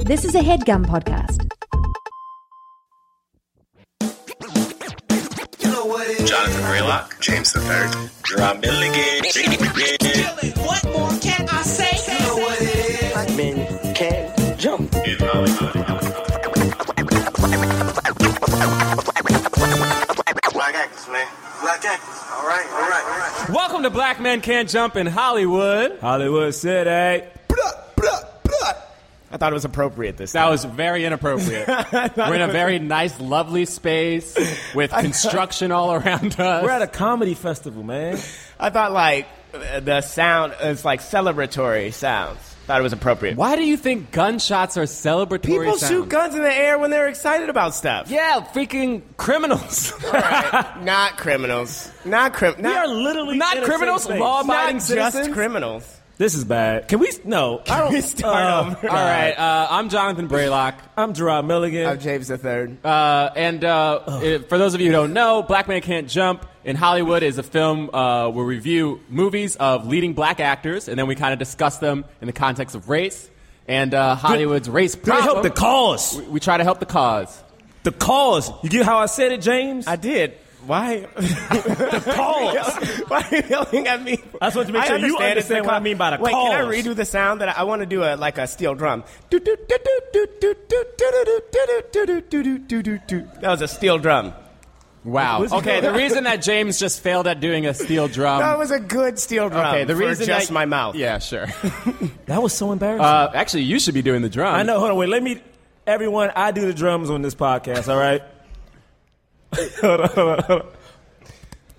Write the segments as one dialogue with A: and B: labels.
A: This is a headgum podcast.
B: Jonathan Raylock, James the Third, Drum Milligan.
C: What more can I say?
D: men can jump.
E: Black actors, man. Black actors. All right, all right, all right.
F: Welcome to Black Men Can't Jump in Hollywood. Hollywood City.
G: I thought it was appropriate this
F: That was very inappropriate. We're in a very nice, lovely space with construction all around us.
H: We're at a comedy festival, man.
G: I thought like uh, the sound is like celebratory sounds. Thought it was appropriate.
F: Why do you think gunshots are celebratory?
G: People
F: sounds?
G: shoot guns in the air when they're excited about stuff.
F: Yeah, freaking criminals.
G: Not criminals. Not crim.
H: We are
G: Not,
H: literally
F: Not
H: in a
F: criminals,
H: safe space.
F: law-abiding
G: not
F: citizens.
G: just criminals.
H: This is bad. Can we? No, I don't.
G: We start
H: uh,
G: over.
F: all right, uh, I'm Jonathan Braylock.
H: I'm Gerard Milligan.
G: I'm James the Third.
F: Uh, and uh, if- for those of you who don't know, Black Man Can't Jump in Hollywood is a film uh, where we review movies of leading black actors, and then we kind of discuss them in the context of race and uh, Hollywood's race
H: Try to
F: problem.
H: help the cause.
F: We try to help the cause.
H: The cause. You get how I said it, James?
G: I did. Why?
H: cause.
G: Why are you yelling at me?
H: I just want to make sure you
G: it's
H: understand
G: the
H: what I
G: call-
H: mean by the
G: Wait, can I
H: cause.
G: redo the sound that I, I want to do? A like a steel drum. Do, do, do, do, do, do, do, do, do, do, do, do, do, do, do, do. That was a steel drum.
F: Wow.
G: What's-
F: Okay, the reason that James just failed at doing a steel drum.
G: That was a good steel drum.
F: okay, the
G: for
F: reason
G: just
F: that-
G: my mouth.
F: Yeah, sure.
H: that was so embarrassing.
F: Uh, actually, you should be doing the drum.
H: I know. Hold on. Wait. Let me. Everyone, I do the drums on this podcast. All right. hold on. Hold on. Hold on.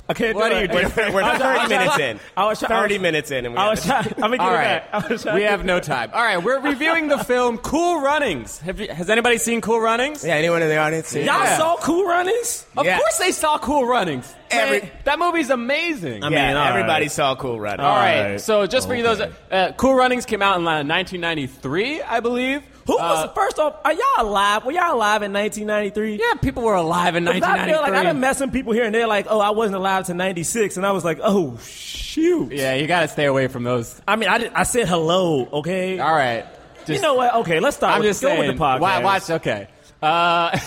H: I can't
F: What
H: do
F: are
H: it.
F: you
G: We're, we're 30 minutes in.
H: I was trying- I was-
G: 30 minutes in. And we
H: I
G: had
H: was
G: to-
H: trying. I'm gonna give
F: All
H: it
F: right.
H: back. I was trying
F: We
H: to
F: have
H: give
F: no
H: it-
F: time. All right, we're reviewing the film Cool Runnings. Have you, has anybody seen Cool Runnings?
G: yeah, anyone in the audience?
H: Y'all
F: Yeah.
H: saw Cool Runnings?
F: Of
G: Yeah.
F: course they saw Cool Runnings.
G: Every-
F: Man, that movie's amazing.
H: I mean,
G: Yeah,
H: all right.
G: everybody saw Cool Running.
F: all right.
H: right.
F: So just for you those, uh, Cool Runnings came out in uh, 1993, I believe.
H: Who was
F: Uh,
H: the first off? Are y'all alive? Were y'all alive in 1993?
F: Yeah, people were alive in
H: 'Cause I feel like
F: 1993.
H: I've met some people here and they're like, oh, I wasn't alive to 96. And I was like, oh, shoot.
F: yeah, you got to stay away from those.
H: I mean, I, did, I said hello, okay?
F: All right. Just,
H: you know what? Okay, let's start.
F: I'm
H: with,
F: just
H: go
F: saying.
H: with the podcast.
F: wa- Watch. Okay. Uh,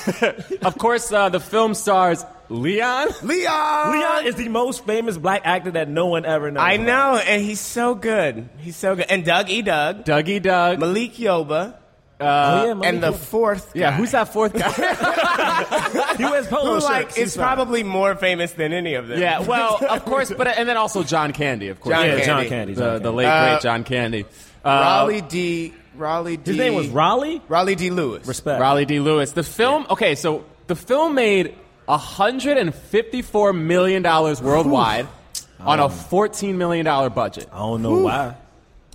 F: of course, uh, the film stars Leon.
G: Leon!
H: Leon is the most famous black actor that no one ever knows.
G: I know, and he's so good. He's so good. And Doug E. Doug,
F: Dougie Doug.
G: Malik Yoba,
H: Oh, yeah,
G: and the
H: Malik-
G: fourth
F: yeah,
G: guy,
F: who's that fourth guy?
H: he wears polo
G: who,
H: shirts.
G: like,
H: He's
G: is
H: fine.
G: probably more famous than any of them.
F: yeah, well, of course, but and then also John Candy, of course.
G: John
H: yeah,
G: Candy.
H: John Candy. John
F: the,
H: Candy.
F: the late
G: Uh,
F: great John Candy. Uh,
G: Raleigh D. Raleigh D.
H: His name was Raleigh.
G: Raleigh D. Lewis.
H: Respect.
F: Raleigh D. Lewis. The film. Okay, so the film made 154 million dollars worldwide on a 14 million dollar budget.
H: I don't know why.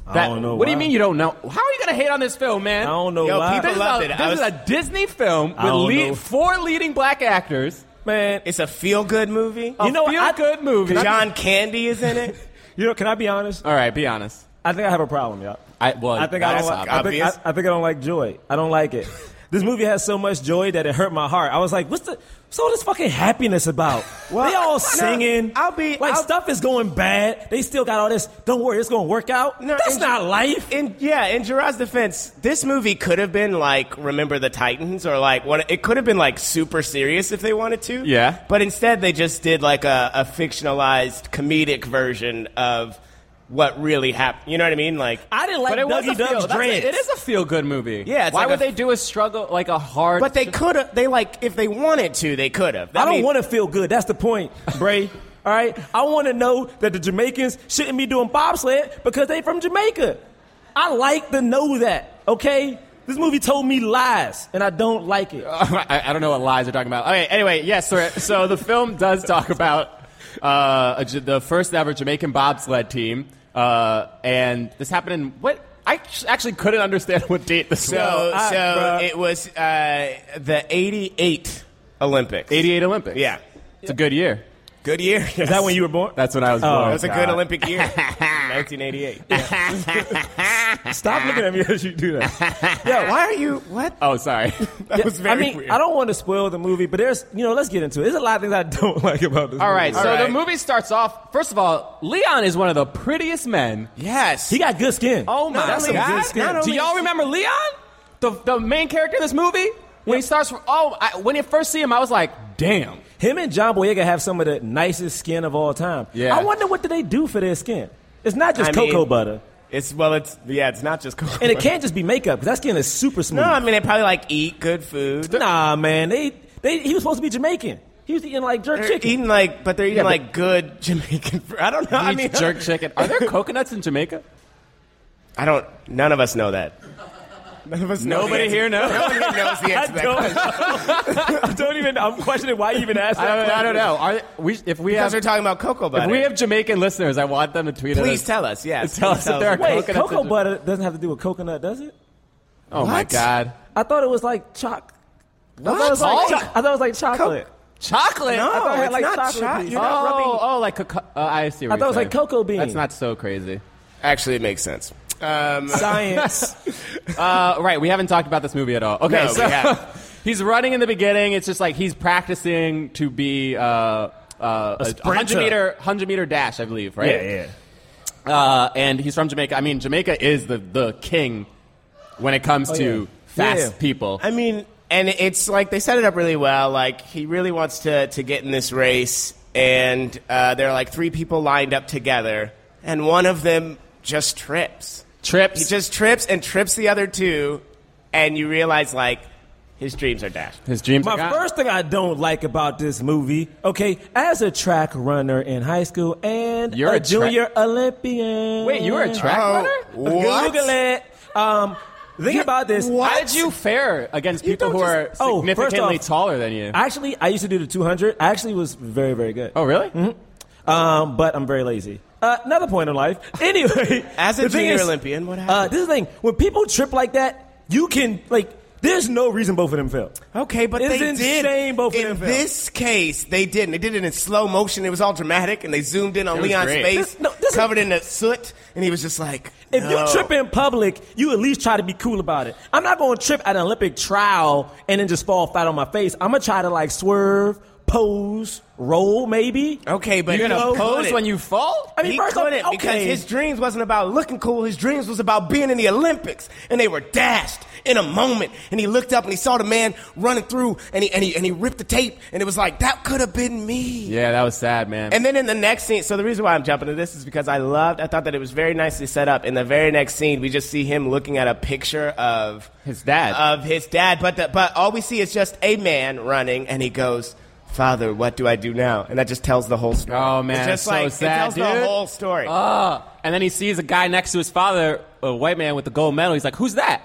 H: I
F: That-
H: don't know.
F: What do you
H: why.
F: mean you don't know? How are you going to hate on this film, man?
H: I don't know
G: Yo,
H: why.
G: people
F: This, is
G: loved
F: a,
G: it. I
F: this is
G: was-
F: a Disney film
H: I
F: with
H: don't
F: lead,
H: know.
F: four leading black actors.
H: man.
G: It's a feel-good movie.
F: You
H: know what?
F: feel
H: I-
F: good movie.
G: John Candy is in it.
H: You know, can I be honest?
F: All right, be honest.
H: I think I have a problem, y'all.
F: I well,
H: I think I don't
F: that's
H: like.
F: obvious.
H: I think, I,
G: obvious.
H: I think I don't like joy. I don't like it. This movie has so much joy that it hurt my heart. I was like, "What's the? What's all this fucking happiness about?
G: Well,
H: they all
G: no,
H: singing.
G: I'll be-
H: like
G: I'll-
H: stuff is going bad. They still got all this. Don't worry, it's gonna work out.
G: No,
H: That's
G: and-
H: not life.
G: In yeah, in Gerard's defense, this movie could have been like Remember the Titans or like what it could have been like super serious if they wanted to.
F: Yeah.
G: But instead they just did like a, a fictionalized comedic version of what really happened. You know what I mean? Like
H: I didn't like
F: but it was a
H: Dougie
F: feel.
H: Doug's
F: that's a-
H: dreads.
F: it is a feel good movie.
G: Yeah, it's
F: Why
G: like
F: would they
G: a-
F: do a struggle like a hard?
G: but they could have they like if they wanted to, they could have.
H: I don't
G: mean,
H: want to feel good. That's the point, Bray. All right, I want to know that the Jamaicans shouldn't be doing bobsled because they from Jamaica. I like to know that. Okay, this movie told me lies, and I don't like it.
F: I, I don't know what lies they're talking about. Okay, anyway, yes. so, so the film does talk about uh, a J- the first ever Jamaican bobsled team, uh, and this happened in what I sh- actually couldn't understand what date this
G: so
F: was.
H: I-
G: so
H: bruh.
G: it was uh, the eighty eight Olympics.
F: Eighty-eight Olympics.
G: Yeah.
F: it's a good year.
G: Good year.
H: Is that when you were born?
F: That's when I was
H: Oh.
F: born.
G: That was a good Olympic year. 1988.
H: Stop looking at me as you do that.
G: Yeah, why are you what?
F: oh, sorry.
G: That was very
H: I mean,
G: weird.
H: I don't want to spoil the movie, but there's, you know, let's get into it. There's a lot of things I don't like about this
F: All right,
H: movie.
F: so
G: right.
F: the movie starts off. First of all, Leon is one of the prettiest men.
G: Yes.
H: He got good skin.
F: Oh my
H: That's some
F: god!
H: good skin.
F: Do y'all remember Leon? The, the main character in this movie, when he starts from, oh, I, when you first see him, I was like, damn.
H: Him and John Boyega have some of the nicest skin of all time.
F: Yeah.
H: I wonder what do they do for their skin. It's not just
G: I mean-
H: cocoa butter,
G: It's well, it's yeah, it's not just cocoa.
H: and it can't just be makeup because that skin is super smooth.
G: No, I mean they probably like eat good food.
H: nah, man, they, they he was supposed to be Jamaican. He was eating like jerk
G: They're
H: chicken.
G: eating like, but they're eating
F: Yeah, but-
G: like good Jamaican. Food. I don't know. I
F: He
G: mean,
F: eats jerk chicken. Are there coconuts in Jamaica?
G: I don't. None of us know that. None of us. know
F: Nobody
G: the answer-
F: here knows?
G: No one here knows the answer. to that question.
H: I don't even. I'm questioning why you even asked
F: I don't, I don't know. Are, we, if we
G: Because
F: have,
G: we're talking about cocoa butter.
F: if we have Jamaican listeners, I want them to tweet at
G: please
F: us.
G: tell us. Yes,
F: Tell us
G: please
F: if there are
H: Wait,
F: Coconuts
H: cocoa
F: are-
H: butter doesn't have to do with coconut, does it?
F: Oh my
G: What?
F: god.
H: I thought it was like choc. I thought it was
F: What? Oh,
H: like, cho- I thought it was like chocolate.
F: Chocolate?
G: No,
H: I thought it had,
G: it's
H: like,
G: not
H: chocolate
G: chocolate.
H: piece.
G: You're not
F: Oh,
G: rubbing.
F: oh, like coco- uh, I see. What
H: I thought it was
F: you're
H: like
F: saying.
H: cocoa bean.
F: That's not so crazy.
G: Actually, it makes sense. Um,
H: science.
F: Uh, right, we haven't talked about this movie at all. Okay,
G: No,
F: so
G: we haven't.
F: he's running in the beginning. It's just like he's practicing to be uh, uh, a, hundred
H: sprinter.
F: meter hundred meter dash, I believe. Right.
H: yeah, yeah.
F: Uh, and he's from Jamaica. I mean, Jamaica is the the king when it comes to
H: Oh, yeah.
F: fast
H: Yeah.
F: people.
G: I mean, and it's like they set it up really well. Like he really wants to to get in this race, and uh, there are like three people lined up together, and one of them just trips.
F: Trips.
G: He just trips and trips the other two, and you realize like his dreams are dashed.
F: His dreams.
H: My
F: are gone.
H: first thing I don't like about this movie, okay, as a track runner in high school and
F: You're a tra-
H: junior Olympian.
F: Wait, you were a track runner?
G: Oh, what?
H: Google it. Um, think about this.
F: How did you fare against people
H: don't
F: who are
H: just- Oh, first
F: significantly
H: off-
F: taller than you?
H: Actually, I used to do the 200. I actually was very, very good.
F: oh, really?
H: Mm-hmm. Um, but I'm very lazy. Uh, another point in life. Anyway,
G: As a
H: the thing
G: junior Olympian, what happened?
H: Uh, this is the thing. When people trip like that, you can like. There's no reason both of them fell.
G: Okay, but
H: It's
G: they did.
H: insane both of
G: in
H: them fell.
G: this case, they didn't. They did it in slow motion. It was all dramatic, and they zoomed in on
F: was
G: Leon's
F: great.
G: face,
H: This- no, this is-
G: covered in the soot, and he was just like,
H: If
G: "No."
H: you trip in public, you at least try to be cool about it. I'm not going to trip at an Olympic trial and then just fall flat on my face. I'm gonna try to like swerve, pose, roll, maybe.
G: Okay, but
F: You're
G: he
F: gonna pose
G: couldn't.
F: when you fall?
H: I mean,
G: he
H: first off,
G: couldn't because
H: okay.
G: his dreams wasn't about looking cool. His dreams was about being in the Olympics, and they were dashed in a moment. And he looked up and he saw the man running through, and he and he and he ripped the tape, and it was like that could have been me.
F: Yeah, that was sad, man.
G: And then in the next scene, so the reason why I'm jumping to this is because I loved, I thought that it was very nicely set up. In the very next scene, we just see him looking at a picture of
F: His dad.
H: Uh,
G: of his dad. But the, but all we see is just a man running, and he goes, "Father, what do I do now?" And that just tells the whole story.
F: Oh, man,
G: it's
F: it's
G: just
F: so
G: like
F: sad,
G: it tells
F: dude.
G: the whole story.
F: Ah. and then he sees a guy next to his father, a white man with the gold medal. He's like, "Who's that?"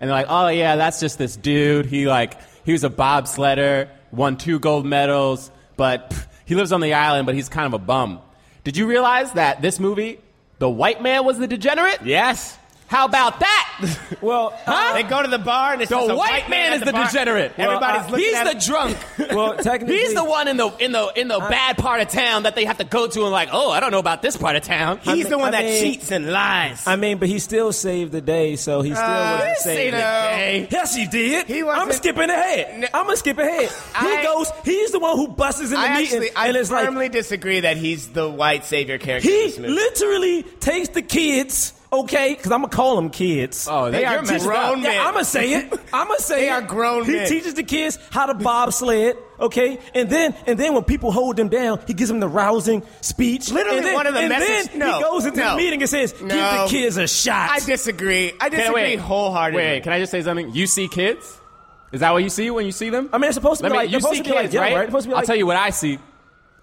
F: And they're like, "Oh yeah, that's just this dude. He like he was a bobsledder, won two gold medals, but pff, he lives on the island, but he's kind of a bum." Did you realize that this movie, the white man was the degenerate?
G: yes.
F: How about that?
H: well, huh?
G: They go to the bar and it's
F: The
G: just a
F: white,
G: white
F: man
G: at
F: is the,
G: bar.
F: degenerate.
G: Everybody's
H: Well, uh,
G: looking
F: he's
G: at
F: the
G: him. Uh,
F: drunk.
H: well, technically,
F: He's the one in the in the in the bad part of town that they have to go to and like, oh, I don't know about this part of town.
G: He's
H: I
G: the
H: mean-
G: one
H: I
G: that
H: mean-
G: cheats and lies.
H: I mean, but he still saved the day, so he still
G: Uh,
H: wasn't
G: you
H: saving
G: saved the
H: it.
G: day.
H: Yes, he did.
G: He
H: I'm
G: wasn't-
H: skipping ahead.
G: No.
H: I'm gonna skip ahead.
G: I-
H: he goes. He's the one who busts in the
G: I
H: meeting,
G: actually, I
H: and it's like
G: firmly disagree that he's the white savior character. in
H: He
G: this movie.
H: literally takes the kids, okay? Because I'm gonna call them kids.
F: Oh, they
G: They
F: are
G: are
F: messed
G: grown
F: up.
G: men.
H: Yeah, I'm gonna say it. I'm gonna say
G: They
H: it.
G: are grown
H: He
G: men.
H: teaches the kids how to bobsled, okay? And then, and then when people hold them down, he gives them the rousing speech.
G: Literally
H: and then,
G: one of the
H: and
G: message-
H: Then
G: no,
H: he goes into
G: no,
H: the meeting and says, "Give the
G: no.
H: kids a shot."
G: I disagree. I
F: Can I-
G: disagree wholeheartedly.
F: Wait, can I just say something? You see kids? Is that what you see when you see them?
H: I mean, it's supposed to
F: Let
H: be
F: me,
H: like
F: you
H: it's supposed
F: see
H: to be
F: kids,
H: like, yeah,
F: right?
H: It's supposed to be
F: I'll
H: like,
F: tell you what I see.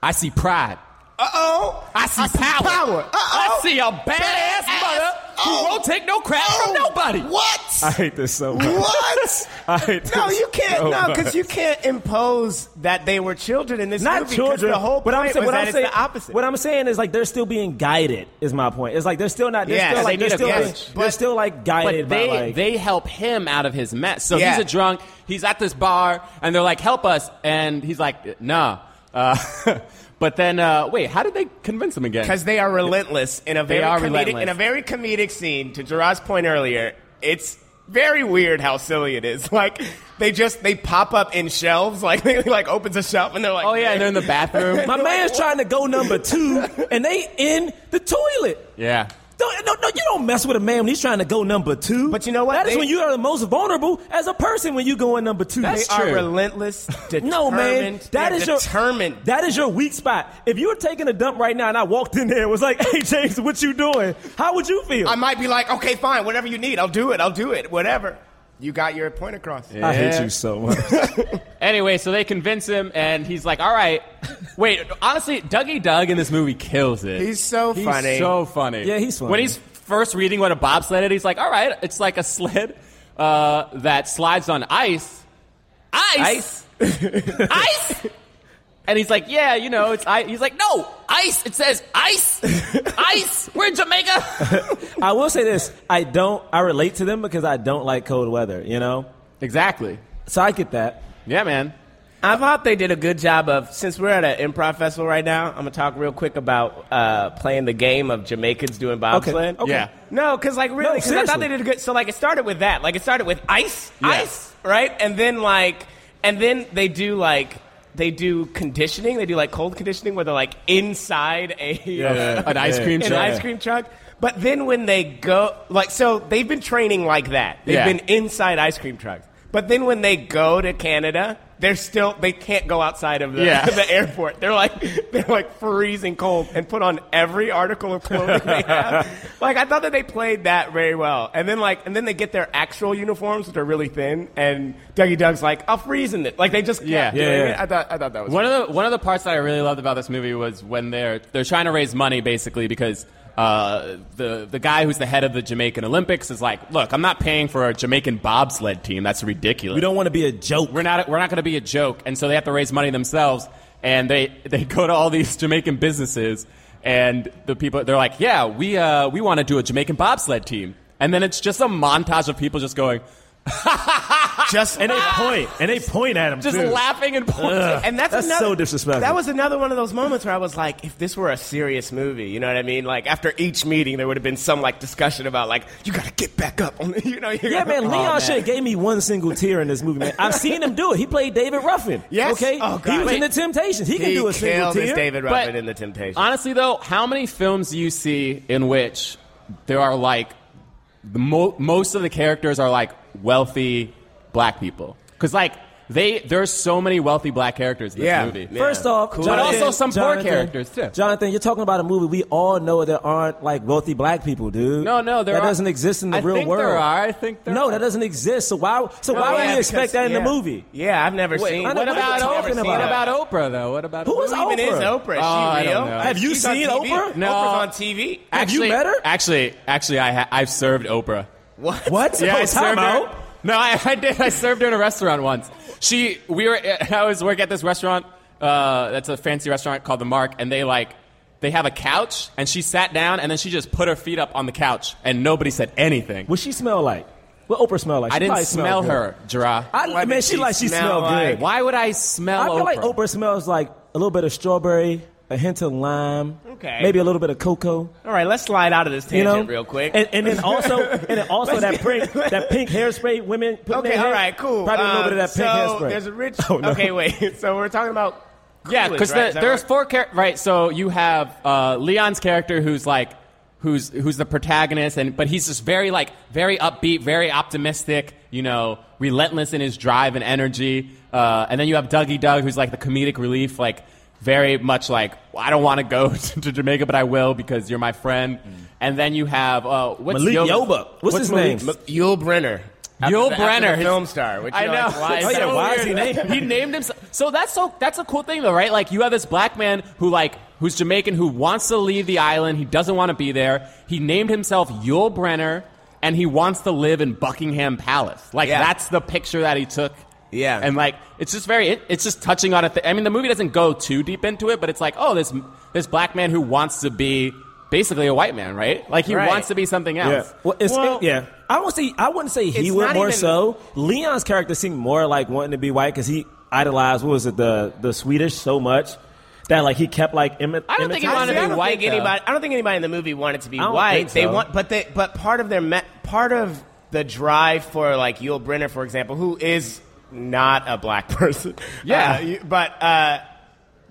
F: I see pride.
G: Uh oh.
F: I see power.
G: power. Uh-oh.
F: I see a badass
G: Badass.
F: mother who
G: Oh.
F: won't take no crap from nobody.
H: I
G: What?
H: hate this so much.
G: What?
H: I hate this Oh,
G: no, you can't.
H: so
G: no,
H: much.
G: because you can't impose that they were children in this
H: not
G: movie. 'cause
H: children.
G: The whole
H: but
G: point
H: I'm saying,
G: was
H: what
G: that
H: I'm
G: it's
H: saying,
G: the opposite.
H: What I'm saying is like they're still being guided. Is my point. It's like they're still not. They're
G: Yeah,
H: still
G: they
H: like they're
G: need a
H: still, being,
G: coach.
H: they're
G: But-
H: still like
F: But
H: guided
F: they,
H: by like.
F: they help him out of his mess. So
G: Yeah.
F: he's a drunk. He's at this bar, and they're like, "Help us!" And he's like, "Nah." Uh, but then, uh, wait, how did they convince him again?
G: Because they are relentless in a very
F: are
G: comedic
F: relentless.
G: in a very comedic scene. To Gerard's point earlier, it's very weird how silly it is. Like they just they pop up in shelves. Like they like opens a shelf and they're like,
F: Oh yeah, and they're in the bathroom.
H: my man's trying to go number two, and they in the toilet.
F: yeah.
H: Don't, no, no, you don't mess with a man when he's trying to go number two.
G: But you know what?
H: That is
G: They-
H: when you are the most vulnerable as a person when you go in number two.
G: They are relentless, determined.
H: No man, that
G: They're
H: is your
G: determined.
H: That is your weak spot. If you were taking a dump right now and I walked in there and was like, "Hey James, what you doing?" How would you feel?
G: I might be like, okay, fine, whatever you need, I'll do it. I'll do it. Whatever. You got your point across.
H: I hate
F: Yeah.
H: you so much.
F: Anyway, so they convince him, and he's like, "All right, wait." Honestly, Dougie Doug in this movie kills it.
G: He's so funny.
F: So funny.
H: Yeah, he's funny.
F: When he's first reading what a bobsled is, he's like, "All right, it's like a sled uh, that slides on ice." Ice. Ice. ice. And he's like, "Yeah, you know, it's." I-. He's like, "No, ice. It says ice. ice. We're in Jamaica."
H: I will say this: I don't. I relate to them because I don't like cold weather. You know,
F: exactly.
H: so I get that.
F: Yeah, man.
G: I thought they did a good job of, since we're at an improv festival right now, I'm going to talk real quick about uh, playing the game of Jamaicans doing bobsled.
H: Okay.
F: Yeah.
G: No, because, like, really,
H: No,
G: 'cause I thought they
H: seriously.
G: did a good, so, like, it started with that. Like, it started with ice,
F: Yeah.
G: ice, right? And then, like, and then they do, like, they do conditioning. They do, like, cold conditioning where they're, like, inside a,
F: An ice cream
G: an
F: truck.
G: ice cream truck. But then when they go, like, so they've been training like that. They've
F: Yeah.
G: been inside ice cream trucks. But then when they go to Canada, they're still they can't go outside of the,
F: Yeah.
G: the airport. They're like they're like freezing cold and put on every article of clothing they have. Like I thought that they played that very well. And then like and then they get their actual uniforms, which are really thin. And Dougie Doug's like, I'll freeze in it. Like they just kept
F: Yeah.
G: doing
H: Yeah, yeah.
G: It. I thought I thought that was
F: One of the one of the parts that I really loved about this movie was when they're they're trying to raise money basically because uh, the the guy who's the head of the Jamaican Olympics is like, look, I'm not paying for a Jamaican bobsled team. That's ridiculous.
H: We don't want to be a joke.
F: We're not we're not going to be a joke, and so they have to raise money themselves. And they they go to all these Jamaican businesses, and the people they're like, yeah, we uh, we want to do a Jamaican bobsled team, and then it's just a montage of people just going,
G: just
H: and they point. And they point at him.
F: just
H: too.
F: laughing and pointing.
H: Ugh.
G: And that's,
H: That's
G: another,
H: so disrespectful.
G: That was another one of those moments where I was like, if this were a serious movie, you know what I mean? Like after each meeting, there would have been some like discussion about like you got to get back up on, you know? "Oh, You
H: Yeah,
G: gotta-
H: Oh, man, Leon shit gave me one single tear in this movie, man. I've seen him do it. He played David Ruffin.
G: Yes.
H: Okay?
G: Oh, God.
H: He was
G: Wait.
H: in The Temptations. He, can
G: He
H: do a single
G: killed his
H: tear.
G: David
F: But-
G: Ruffin in The Temptations.
F: Honestly, though, how many films do you see in which there are like the mo- most of the characters are like wealthy black people? Because like they there's so many wealthy black characters in this
G: Yeah.
F: movie.
G: Yeah.
H: First off,
G: Cool.
F: But
H: Jonathan-
F: also some poor
H: Jonathan-
F: characters, too.
H: Jonathan, you're talking about a movie we all know there aren't like wealthy black people, dude.
F: No, no, there
H: that
F: are-
H: doesn't exist in the
F: I
H: real
F: think
H: world.
F: there are. I think there
H: no,
F: are.
H: that doesn't exist. So why? So
G: Oh,
H: why would
G: yeah,
H: you expect
G: because-
H: that in
G: yeah.
H: the movie?
G: Yeah, I've never
H: Wait,
G: seen.
H: I know-
F: What
H: What are
F: about
H: you talking
F: Oprah? What
H: about?
F: about Oprah though? What about
H: Who
F: Oprah?
H: is
G: Who even is
H: Oprah?
G: Oprah? Is
F: Oh, I
G: she
F: don't
G: real?
F: know.
H: Have you
G: She's on
H: seen
G: TV?
H: Oprah?
F: No.
G: Oprah's on TV.
H: Have you
F: Actually-
H: met her?
F: Actually, actually, I ha- I've served Oprah.
G: What?
H: What?
F: Yeah, I
H: oh, time
F: served
H: out.
F: her. No, I, I did. I served her in a restaurant once. She, we were. I was working at this restaurant. Uh, that's a fancy restaurant called the Mark, and they like they have a couch, and she sat down, and then she just put her feet up on the couch, and nobody said anything.
H: What she smell like? What Oprah smell like?
F: I
H: She
F: didn't
H: probably
F: smell
H: good.
F: her, Jira.
H: I
G: Why
H: man,
G: did
H: she,
G: she
H: like she
G: smell
H: smelled good.
G: like-
F: Why would I
H: I
F: smell?
H: feel like
F: Oprah?
H: Oprah smells like a little bit of strawberry, a hint of lime,
G: Okay.
H: maybe a little bit of cocoa.
G: All right, let's slide out of this
H: You
G: tangent
H: know,
G: real quick.
H: and, and then also, and then also that pink, that pink hairspray women. Put in
G: okay,
H: their
G: all
H: hair,
G: right, cool.
H: Probably a little
G: Um,
H: bit of that pink
G: so
H: hairspray.
G: There's a rich.
H: Oh, no.
G: Okay, wait. So we're talking about.
F: Yeah,
G: Coolidge,
F: because
G: right? Is that
F: there's
G: right?
F: four char- right. So you have uh, Leon's character who's like who's who's the protagonist, and but he's just very like very upbeat, very optimistic. You know, relentless in his drive and energy. Uh, and then you have Dougie Doug, who's like the comedic relief, like very much like I don't want to go to Jamaica, but I will because you're my friend.
G: Mm.
F: And then you have uh, what's
H: Malik
F: Yoba?
H: Yoba. What's his name?
F: Malik's-
G: Yul Brenner.
F: Yul
G: After the- after
F: Brenner,
G: the
F: his-
G: film star. Which
F: I
G: you're
F: know.
G: like, why is
H: Oh,
G: that
H: yeah, why
G: weird?
H: is he named-
F: he named himself. So that's so that's a cool thing though, right? Like you have this black man who like who's Jamaican who wants to leave the island. He doesn't want to be there. He named himself Yul Brenner, and he wants to live in Buckingham Palace. Like
G: Yeah.
F: that's the picture that he took.
G: Yeah.
F: and like it's just very it, it's just touching on it. I mean, the movie doesn't go too deep into it, but it's like oh, this this black man who wants to be basically a white man, right? Like he
G: Right.
F: wants to be something else.
H: Well, it's,
G: Well-
H: yeah. I won't say. I wouldn't say he
G: It's
H: would
G: not
H: more
G: even-
H: so. Leon's character seemed more like wanting to be white because he idolized what was it the the Swedish so much that like he kept like imi-
F: I don't think he
G: I
H: imitating
F: wanted to
G: see, I
F: be
G: don't
F: white,
G: think
F: though.
G: anybody. I don't think anybody in the movie wanted to be
H: I don't
G: white.
H: think
G: They
H: so.
G: want, but they, but part of their me, part of the drive for like Yul Brenner, for example, who is not a black person.
F: Yeah.
G: Uh, you- but uh,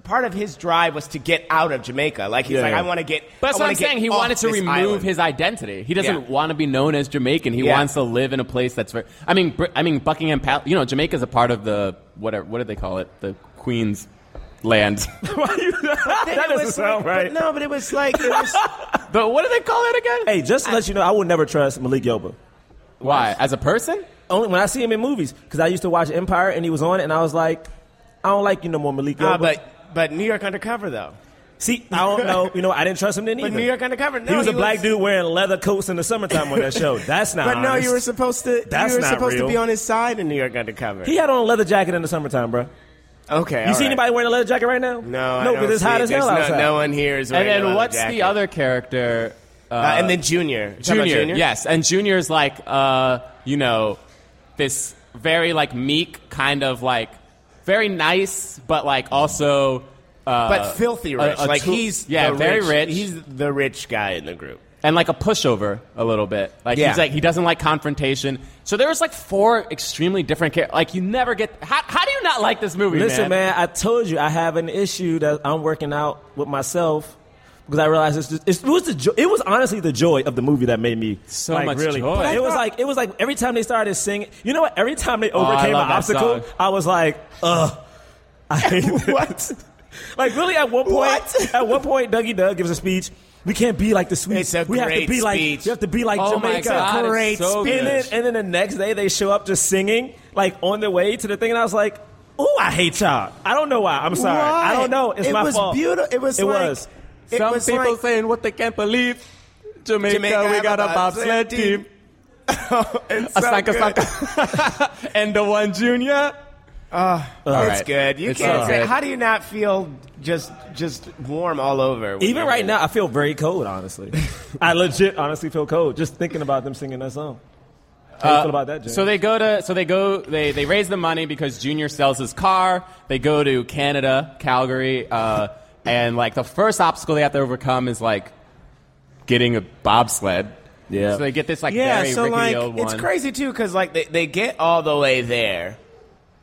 G: part of his drive was to get out of Jamaica. Like he's
F: Yeah.
G: like, I want to get.
F: But that's
G: I
F: what
G: wanna
F: I'm
G: get
F: saying. He
G: off
F: wanted to
G: this
F: remove
G: island.
F: his identity. He doesn't
G: Yeah.
F: want to be known as Jamaican. He
G: Yeah.
F: wants to live in a place that's very. I mean, Br- I mean Buckingham Palace. You know, Jamaica's a part of the whatever. What do they call it? The Queen's land.
G: Then
H: that
G: it
H: doesn't
G: was like-
H: sound right.
G: But no, but it was like it was,
F: but what do they call it again?
H: Hey, just to let you know, I would never trust Malik Yoba.
F: Why? As a person?
H: Only when I see him in movies, because I used to watch Empire and he was on it, and I was like, I don't like you no more, Malik Yoba.
G: Ah, but but New York undercover though.
H: see, I don't know. You know, I didn't trust him then either.
G: But New York undercover. No,
H: he was a black dude wearing leather coats in the summertime on that show. That's not.
G: But no,
H: honest.
G: you were supposed to.
H: That's
G: you were
H: not
G: supposed
H: real.
G: to be on his side in New York undercover.
H: He had on a leather jacket in the summertime, bro. You
G: okay. all
H: see
G: right.
H: anybody wearing a leather jacket right now?
G: No, I
H: no,
G: don't
H: because it's
G: see
H: hot
G: it.
H: as hell
G: There's no,
H: outside.
G: No one here is.
F: And
G: wearing a
F: then
G: leather
F: what's
G: jacket.
F: the other character? Uh,
G: Uh, and then Junior. Talking about
F: Junior, Yes, and Junior's like, uh, you know, this very like meek kind of like very nice, but like also. Uh,
G: But filthy rich.
F: a- a
G: like
F: tool-
G: he's
F: yeah,
G: the
F: very rich.
G: He's the rich guy in the group.
F: and like a pushover a little bit. Like
G: Yeah.
F: he's like he doesn't like confrontation. So there was like four extremely different characters. Like you never get how, how do you not like this movie?
H: Listen, man. I told you I have an issue that I'm working out with myself because I realized it's just, it's, it was the jo- it was honestly the joy of the movie that made me
F: So
H: like,
F: much
H: really.
F: joy.
H: It was like it was like every time they started singing. You know what? Every time they
G: Oh,
F: I
H: overcame an
F: love that
H: obstacle,
F: song.
H: I was like, ugh, I hate this.
G: What?
H: Like really, at one point,
G: What?
H: at one point, Dougie Doug gives a speech. We can't be like the Swedes.
G: It's a
H: we have to
G: great
H: be like
G: speech.
H: you have to be like
F: Oh my
H: Jamaica.
F: God, it's
H: great
F: so
H: speech.
F: good.
H: And then, and then the next day they show up just singing like on their way to the thing, and I was like, "Ooh, I hate y'all. I don't know why. I'm sorry.
G: Why?
H: I don't know. It's
G: it
H: my
G: was
H: fault.
G: Beautiful. It was.
H: It
G: like,
H: was.
G: It
F: Some
G: was
F: people
G: like,
F: saying what they can't believe. Jamaica,
G: Jamaica
F: we
G: have
F: got a
G: a
F: bobsled
G: bobsled
F: team.
G: it's
F: A
G: so
F: sanka
G: good. Ah.
F: sanka. and the one junior.
G: it's
F: right.
G: good. You
F: It's
G: can't
F: all
G: say.
F: good.
G: How do you not feel just just warm all over? when
H: Even
G: you're
H: right
G: in-
H: now, I feel very cold. Honestly, I legit, honestly feel cold just thinking about them singing that song. How you feel about that, Jay?
F: Uh, So they go to so they go they they raise the money because Junior sells his car. They go to Canada, Calgary, uh, and like the first obstacle they have to overcome is like getting a bobsled.
H: Yeah.
F: So they get this like
G: Yeah.
F: very
G: so
F: rickety
G: like,
F: old one.
G: it's crazy too because like they they get all the way there,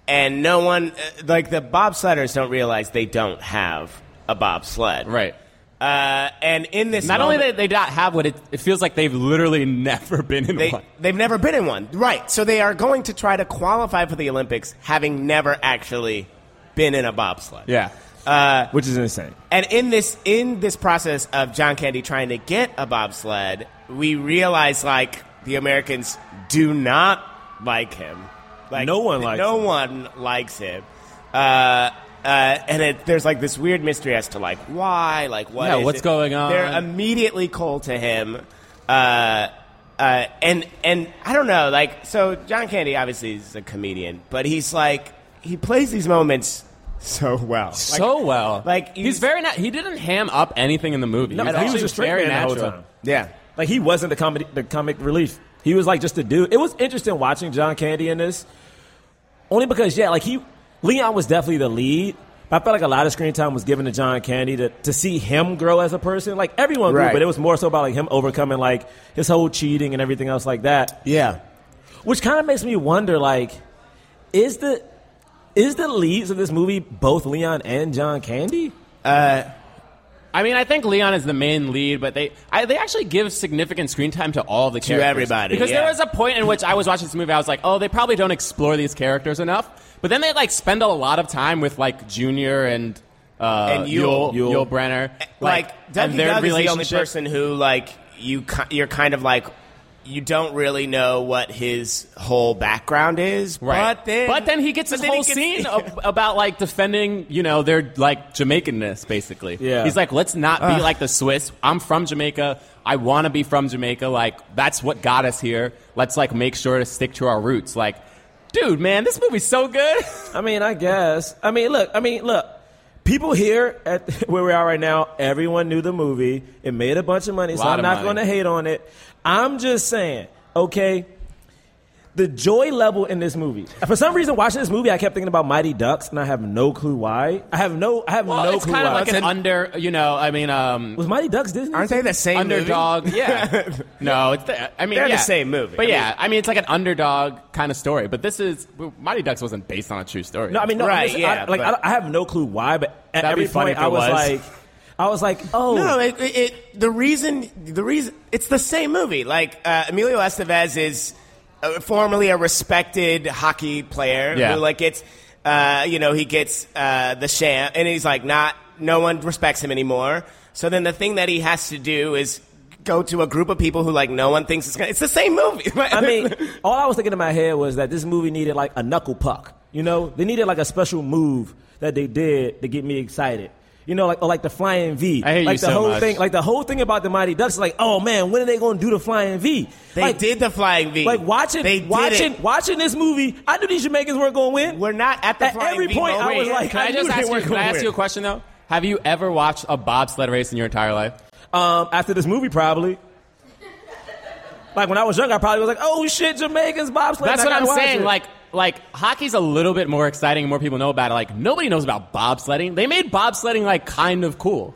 G: and no one uh, like the bobsledders don't realize they don't have a bobsled.
F: Right.
G: Uh, and in this,
F: Not
G: moment,
F: only they they not have what it it feels like they've literally never been in
G: They,
F: one.
G: they've never been in one. Right. So they are going to try to qualify for the Olympics having never actually been in a bobsled.
F: Yeah.
H: which is insane.
G: And in this in this process of John Candy trying to get a bobsled, we realize like the Americans do not like him. Like
H: No one likes
G: no
H: him.
G: one likes him. Uh, uh, and it, there's like this weird mystery as to like why, like what
F: Yeah,
G: is
F: what's
G: it?
F: going on?
G: They're immediately cold to him. Uh, uh, and and I don't know, like so John Candy obviously is a comedian, but he's like he plays these moments so well.
F: so well.
G: like,
F: he's,
G: he's-
F: very not. He didn't ham up anything in the movie.
H: No,
F: he was,
H: he was
F: actually
H: a straight
F: very
H: man the whole
F: natural.
H: time.
G: yeah.
H: Like he wasn't the comedy, the comic relief. He was like just a dude. It was interesting watching John Candy in this, only because yeah, like he Leon was definitely the lead. But I felt like a lot of screen time was given to John Candy to, to see him grow as a person. Like everyone grew,
G: Right.
H: but it was more so about like him overcoming like his whole cheating and everything else like that.
G: Yeah.
H: Which kind of makes me wonder like, is the is the leads of this movie both Leon and John Candy?
F: I mean, I think Leon is the main lead, but they I, they actually give significant screen time to all the characters.
G: everybody,
F: Because
G: yeah.
F: there was a point in which I was watching this movie, I was like, oh, they probably don't explore these characters enough. But then they like spend a lot of time with like Junior and uh,
G: And Yul.
F: Yul,
G: Yul.
F: Brenner,
G: Like,
F: and
G: Dougie
F: their
G: Doug is the only
F: relationship.
G: person who like you ki- you're kind of like you don't really know what his whole background is,
F: Right.
G: but then
F: he gets
G: but
F: his
G: then he
F: whole
G: gets-
F: scene ab- about like defending, you know, their like Jamaicanness basically.
H: Yeah.
F: He's like, let's not be like the Swiss. I'm from Jamaica. I want to be from Jamaica. Like that's what got us here. Let's like make sure to stick to our roots. Like, dude, man, this movie's so good.
H: I mean, I guess. I mean, look. I mean, look. People here at where we are right now, everyone knew the movie. It made a bunch of money, so
F: Lot
H: I'm
F: of
H: not
F: money.
H: going to hate on it. I'm just saying, okay. the joy level in this movie. For some reason, watching this movie, I kept thinking about Mighty Ducks, and I have no clue why. I have no, I have
F: Well,
H: no
F: it's
H: clue
F: kind of
H: why.
F: like an under, you know, I mean, um,
H: was Mighty Ducks Disney?
G: Aren't they the same
F: underdog. Yeah. no, it's the, I mean,
G: They're the
F: yeah.
G: same movie.
F: But
G: I mean-
F: yeah, I mean, it's like an underdog kind of story. But this is well, Mighty Ducks wasn't based on a true story.
H: No, I mean, no,
G: Right,
H: I'm just-
G: yeah,
H: I, like
G: but-
H: I, I have no clue why, but at
F: That'd be
H: every
F: funny
H: point
F: if
H: I
F: it
H: was,
F: was.
H: like, I was like, oh,
G: No, no, it, it, it- the reason, the reason, it's the same movie. Like uh, Emilio Estevez is uh, formerly a respected hockey player
F: Yeah.
G: who, like, gets, uh, you know, he gets uh, the sham, and he's like, not, no one respects him anymore. So then the thing that he has to do is go to a group of people who, like, no one thinks it's gonna. It's the same movie.
H: I mean, all I was thinking in my head was that this movie needed like a knuckle puck. You know, they needed like a special move that they did to get me excited. You know, like or like the flying V.
F: I hear you
H: like the
F: so
H: whole
F: much.
H: thing, like the whole thing about the Mighty Ducks is like, oh man, when are they going to do the flying V?
G: they
H: like,
G: did the flying V.
H: Like watching,
G: They did
H: watching,
G: it.
H: watching this movie, I knew these Jamaicans weren't going to win.
G: We're not at the
H: At
G: flying
H: every
G: V
H: point, I
G: moment.
H: was like,
F: can I,
H: I knew
F: just
H: they
F: ask you?
H: weren't
F: Can I
H: gonna
F: ask you a
H: win.
F: question though? Have you ever watched a bobsled race in your entire life?
H: Um, after this movie, probably. Like when I was young, I probably was like, "Oh shit, Jamaicans bobsled."
F: That's
H: and
F: what
H: I
F: I'm
H: gotta watch
F: saying.
H: it.
F: Like, like hockey's a little bit more exciting, and more people know about it. Like, nobody knows about bobsledding. They made bobsledding like kind of cool.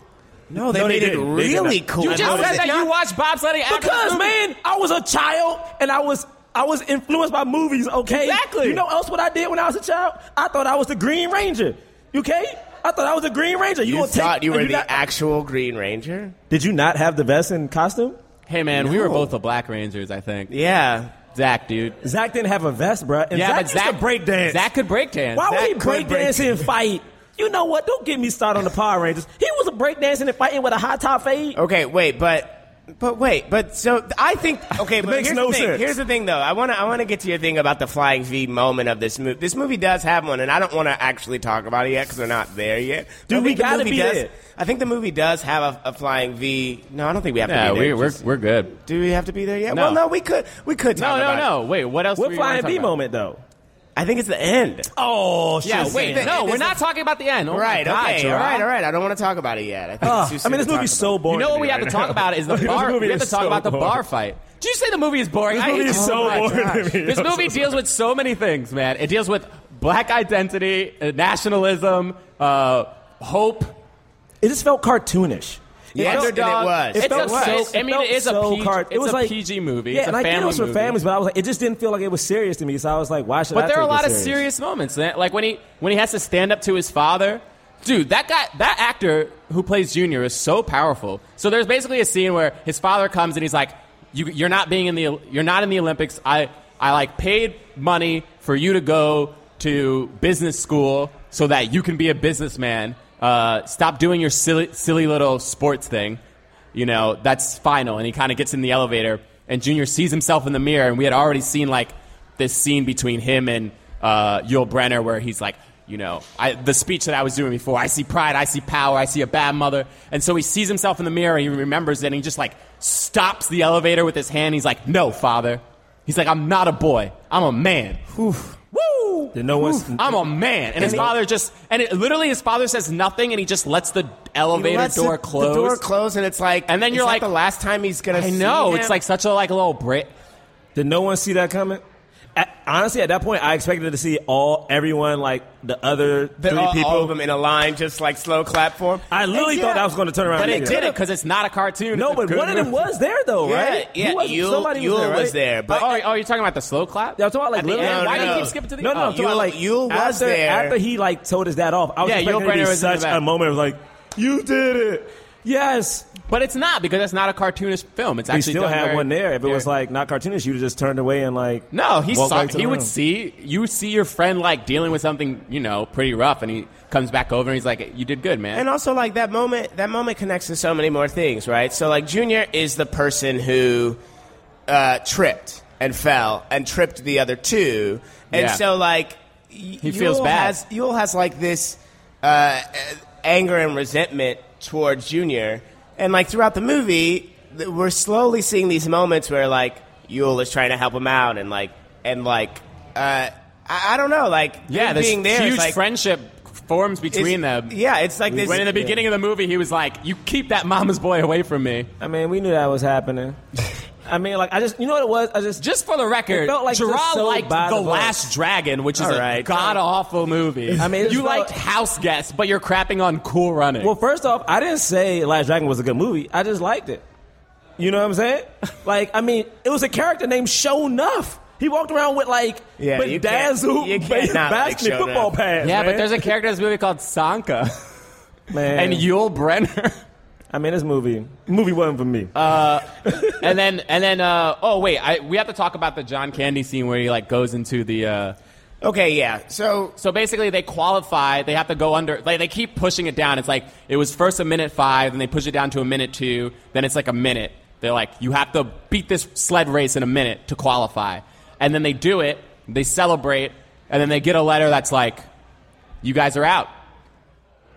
G: no, they
H: No, they
G: made it
H: didn't. They did
G: really
H: not.
G: cool.
F: You just
G: No, they
F: said
G: did
F: that
G: not.
F: you watched bobsledding after this
H: because
F: movie.
H: man, I was a child and I was I was influenced by movies. Okay,
F: Exactly.
H: You know else what I did when I was a child? I thought I was the Green Ranger. Okay, I thought I was the Green Ranger. You,
G: You
H: gonna take-
G: thought you were
H: and
G: the
H: not-
G: actual Green Ranger?
H: Did you not have the vest and costume?
F: Hey man, we were
G: No.
F: both the Black Rangers, I think.
G: Yeah.
F: Zach, dude.
H: Zach didn't have a vest, bruh. And
F: yeah,
H: Zach
F: but
H: used
F: Zach
H: to break dance.
F: Zach could break dance.
H: Why
G: Zach
H: would he
G: could
H: break
G: break
H: dance and fight? You know what? Don't get me started on the Power Rangers. He was a break dancing and fighting with a high top
F: Oh,
H: fade.
G: Okay, wait, but but wait, but so I think okay, but
H: makes
G: here's
H: no
G: the thing.
H: sense.
G: Here's the thing, though. I want to I want to get to your thing about the flying V moment of this movie. This movie does have one, and I don't want to actually talk about it yet because we're not there yet. But I
H: Dude, we
G: think the
H: gotta
G: movie
H: be
G: does,
H: there.
G: I think the movie does have a, a flying V. No, I don't think we have
F: Yeah,
G: to be
F: we,
G: there.
F: we're
G: Just-
F: we're good.
G: do we have to be there yet?
F: No.
G: Well, no, we could we could.
F: No,
G: talk
F: no,
G: about
F: no.
G: It.
F: Wait, what else? do
H: What
F: we wanna
H: flying
F: talk
H: V
F: about?
H: moment though?
G: I think it's the end.
H: Oh shit!
F: Yeah, wait.
G: saying.
F: No,
G: It
F: we're
G: is
F: not
G: a-
F: talking about the end. Oh my
G: right.
F: God,
G: okay.
F: Gerard.
G: All right. All right. I don't want to talk about it yet. I think it's too
H: uh-huh. Uh, I
G: soon
H: mean, this
G: to talk
H: movie's
G: about
H: so
G: it.
H: boring.
F: You know what we have
H: have
F: to talk about is the bar.
H: movie
F: We have to
H: is
F: talk
H: so
F: about the
H: boring.
F: bar fight. Did you say the movie is boring?
H: This
F: I
H: movie
F: hate
H: is
F: it.
H: so
F: my
H: boring
F: gosh.
H: to me.
F: This
H: I'm
F: movie deals with so many things, man. It deals with black identity, uh, nationalism, uh, hope.
H: It just felt cartoonish.
G: Yes,
H: felt-
G: and it was. It
H: felt
G: felt so-
H: it
F: I mean,
H: felt
F: it is a
H: so
F: PG
H: cart-
F: it's a PG movie.
H: Yeah,
F: It's a
H: and I get it
F: family
H: was for
F: movie.
H: families, but I was like, it just didn't feel like it was serious to me. So I was like, why should? I
F: But there are a
H: take
F: lot
H: this
F: of serious moments, man. like when he when he has to stand up to his father. Dude, that guy, that actor who plays Junior is so powerful. So there's basically a scene where his father comes and he's like, you, "You're not being in the you're not in the Olympics. I I like paid money for you to go to business school so that you can be a businessman. Uh, stop doing your silly silly little sports thing." you know, that's final. And he kind of gets in the elevator, and Junior sees himself in the mirror. And we had already seen like this scene between him and uh, Yul Brenner, where he's like, you know, I, the speech that I was doing before. I see pride, I see power, I see a bad mother. And so he sees himself in the mirror, and he remembers it, and he just like stops the elevator with his hand. He's like, "No, father." He's like, "I'm not a boy. I'm a man." Woo!
H: Then no one's-
F: Oof. I'm a man, and his
H: And-
F: father just and it, literally his father says nothing, and he just lets the elevator
G: lets
F: door
G: the-
F: close.
G: The door close, and it's like,
F: And then
G: it's
F: you're
G: not
F: like-
G: the last time he's gonna.
F: I
G: see
F: know
G: him.
F: it's like such a like little Brit.
H: serious. Did no one see that coming? At, honestly, at that point, I expected to see all everyone like the other
G: They're
H: three
G: all,
H: people.
G: uh, all of them in a line, just like slow clap form.
H: I literally
G: And
H: thought
G: yeah,
H: I was going to turn around.
F: But
H: and
F: it
H: do that.
F: didn't because it's not a cartoon.
H: No,
F: It's a
H: but
F: good
H: one of them
F: movie.
H: was there though,
G: Yeah,
H: right?
G: yeah,
H: Who was-
G: Yul-
H: somebody was
G: Yul
H: there, right?
G: was there, but-
F: Oh, oh, you're talking about the slow clap?
H: Yeah, I'm talking about like
F: At the
H: literally-
F: end?
G: No,
F: Why do
G: no.
F: you keep skipping to the
H: No, no,
F: oh.
H: I'm talking about, like
G: Yul was
H: after,
G: there.
H: After he like told us that off, I was
F: Yeah, Yul
H: expecting
F: Brynner
H: it to be
F: was in the
H: such
F: back.
H: a moment of like, you did it. Yes,
F: But it's not because it's not a cartoonish film. It's
H: we
F: actually
H: still
F: done
H: had
F: very-
H: one there. If it was like not cartoonish, you'd have just turned away and like
F: No, he
H: walked
F: saw.
H: back to
F: He
H: the
F: would
H: room.
F: see you see your friend like dealing with something you know pretty rough, and he comes back over and he's like, "You did good, man."
H: uh,
G: And also, like that moment, that moment connects to so many more things, right? So, like Junior is the person who uh, tripped and fell and tripped the other two, and
F: Yeah.
G: so like he
F: feels bad.
G: Has, Yule has like this uh, anger and resentment towards Junior, and like throughout the movie, th- we're slowly seeing these moments where like Yule is trying to help him out, and like and like uh, I, I don't know, like
F: yeah,
G: him
F: this
G: being there is,
F: huge
G: like,
F: friendship forms
G: it's-
F: between them.
G: Yeah, it's like this.
F: When in the
G: yeah.
F: beginning of the movie, he was like, "You keep that mama's boy away from me."
H: I mean, we knew that was happening. I mean, like I just you know what it was. I just
F: Just for the record,
H: It felt like
F: Gerard
H: just so
F: liked
H: by
F: The
H: the book.
F: Last Dragon, which is
H: All
F: a
H: right.
F: god awful movie.
H: I mean, it
F: you
H: just felt-
F: liked House Guest, but you're crapping on Cool Running.
H: Well, first off, I didn't say Last Dragon was a good movie. I just liked it. You know what I'm saying? Like, I mean, it was a character named Show Nuff. He walked around with like
G: Yeah, you can't-
H: bedazzled
G: you can't not like
H: basket
G: Show
H: football
G: Nuff.
H: pads.
F: yeah,
H: man.
F: but there's a character in this movie called Sanka
H: man.
F: and Yul Brenner.
H: I mean, this movie movie wasn't for me.
G: Uh,
F: and then and then uh, oh wait, I, we have to talk about the John Candy scene where he like goes into the. Uh,
G: Okay, yeah. So
F: so basically, they qualify. They have to go under. Like they keep pushing it down. It's like it was first a minute five, then they push it down to a minute two. Then it's like a minute. They're like, you have to beat this sled race in a minute to qualify. And then they do it. They celebrate, and then they get a letter that's like, you guys are out.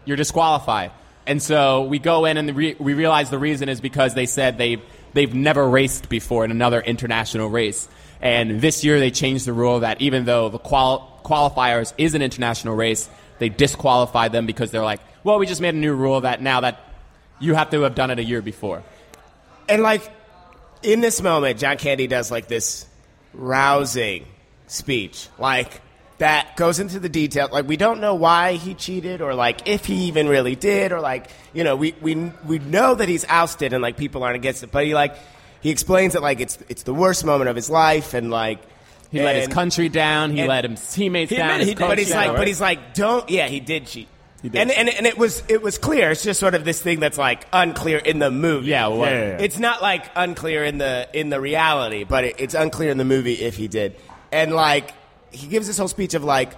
F: You're disqualified. And so we go in and re- we realize the reason is because they said they they've never raced before in another international race. And this year they changed the rule that even though the qual- qualifiers is an international race, they disqualified them because they're like, well, we just made a new rule that now that you have to have done it a year before.
G: and like in this moment, John Candy does like this rousing speech, like that goes into the detail. Like we don't know why he cheated, or like if he even really did, or like you know we we we know that he's ousted and like people aren't against it, but he like he explains that like it's it's the worst moment of his life, and like
F: He let his
G: and-
F: country down. He
G: and-
F: let his teammates down.
G: admitted
F: his
G: he
F: coach
G: But he's
F: down.
G: like, but he's like, don't. Yeah, he did cheat. And, and and it was it was clear. It's just sort of this thing that's like unclear in the movie.
F: Yeah, well, Yeah, yeah, yeah.
G: it's not like unclear in the in the reality, but it, it's unclear in the movie if he did. And like he gives this whole speech of like,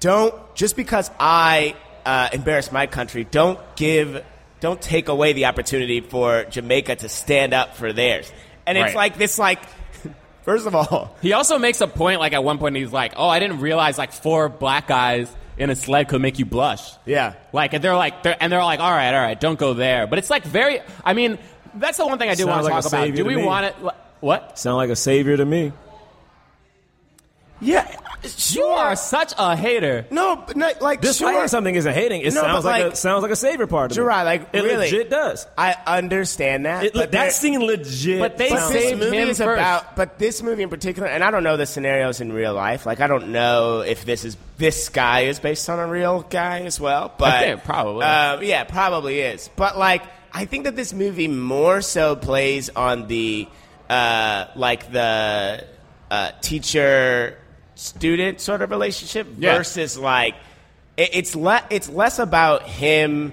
G: don't just because I uh, embarrass my country, don't give, don't take away the opportunity for Jamaica to stand up for theirs. And it's
F: Right.
G: like this like. First of all,
F: He also makes a point, like at one point he's like, "Oh, I didn't realize like four black guys in a sled could make you blush."
G: Yeah.
F: Like, and they're like, they're, and they're like, "All right, all right, don't go there." But it's like very. I mean, that's the one thing I do want
H: Sounds
F: to
H: like a
F: talk about.
H: savior
F: Do
H: to
F: we
H: me.
F: want it? What?
H: Sound like a savior to me.
G: yeah,
F: You are such a hater.
G: No, but not, like
H: This
G: sure.
H: something isn't hating. It
G: No,
H: sounds
G: but
H: like,
G: like-
H: a, sounds like a savior part of
G: Gerard,
H: me.
G: like,
H: it
G: really.
H: legit does.
G: I understand that.
H: It,
G: but
H: that
G: there-
H: scene legit.
F: But they
G: but
H: sounds-
G: this
F: saved
G: movie
F: him
G: is
F: first.
G: about. But this movie in particular, and I don't know the scenarios in real life. Like I don't know if this is this guy is based on a real guy as well. But
F: think probably.
G: uh, yeah, probably is. But like, I think that this movie more so plays on the uh, like the uh, teacher student sort of relationship
F: Yeah.
G: versus like it, it's le- it's less about him.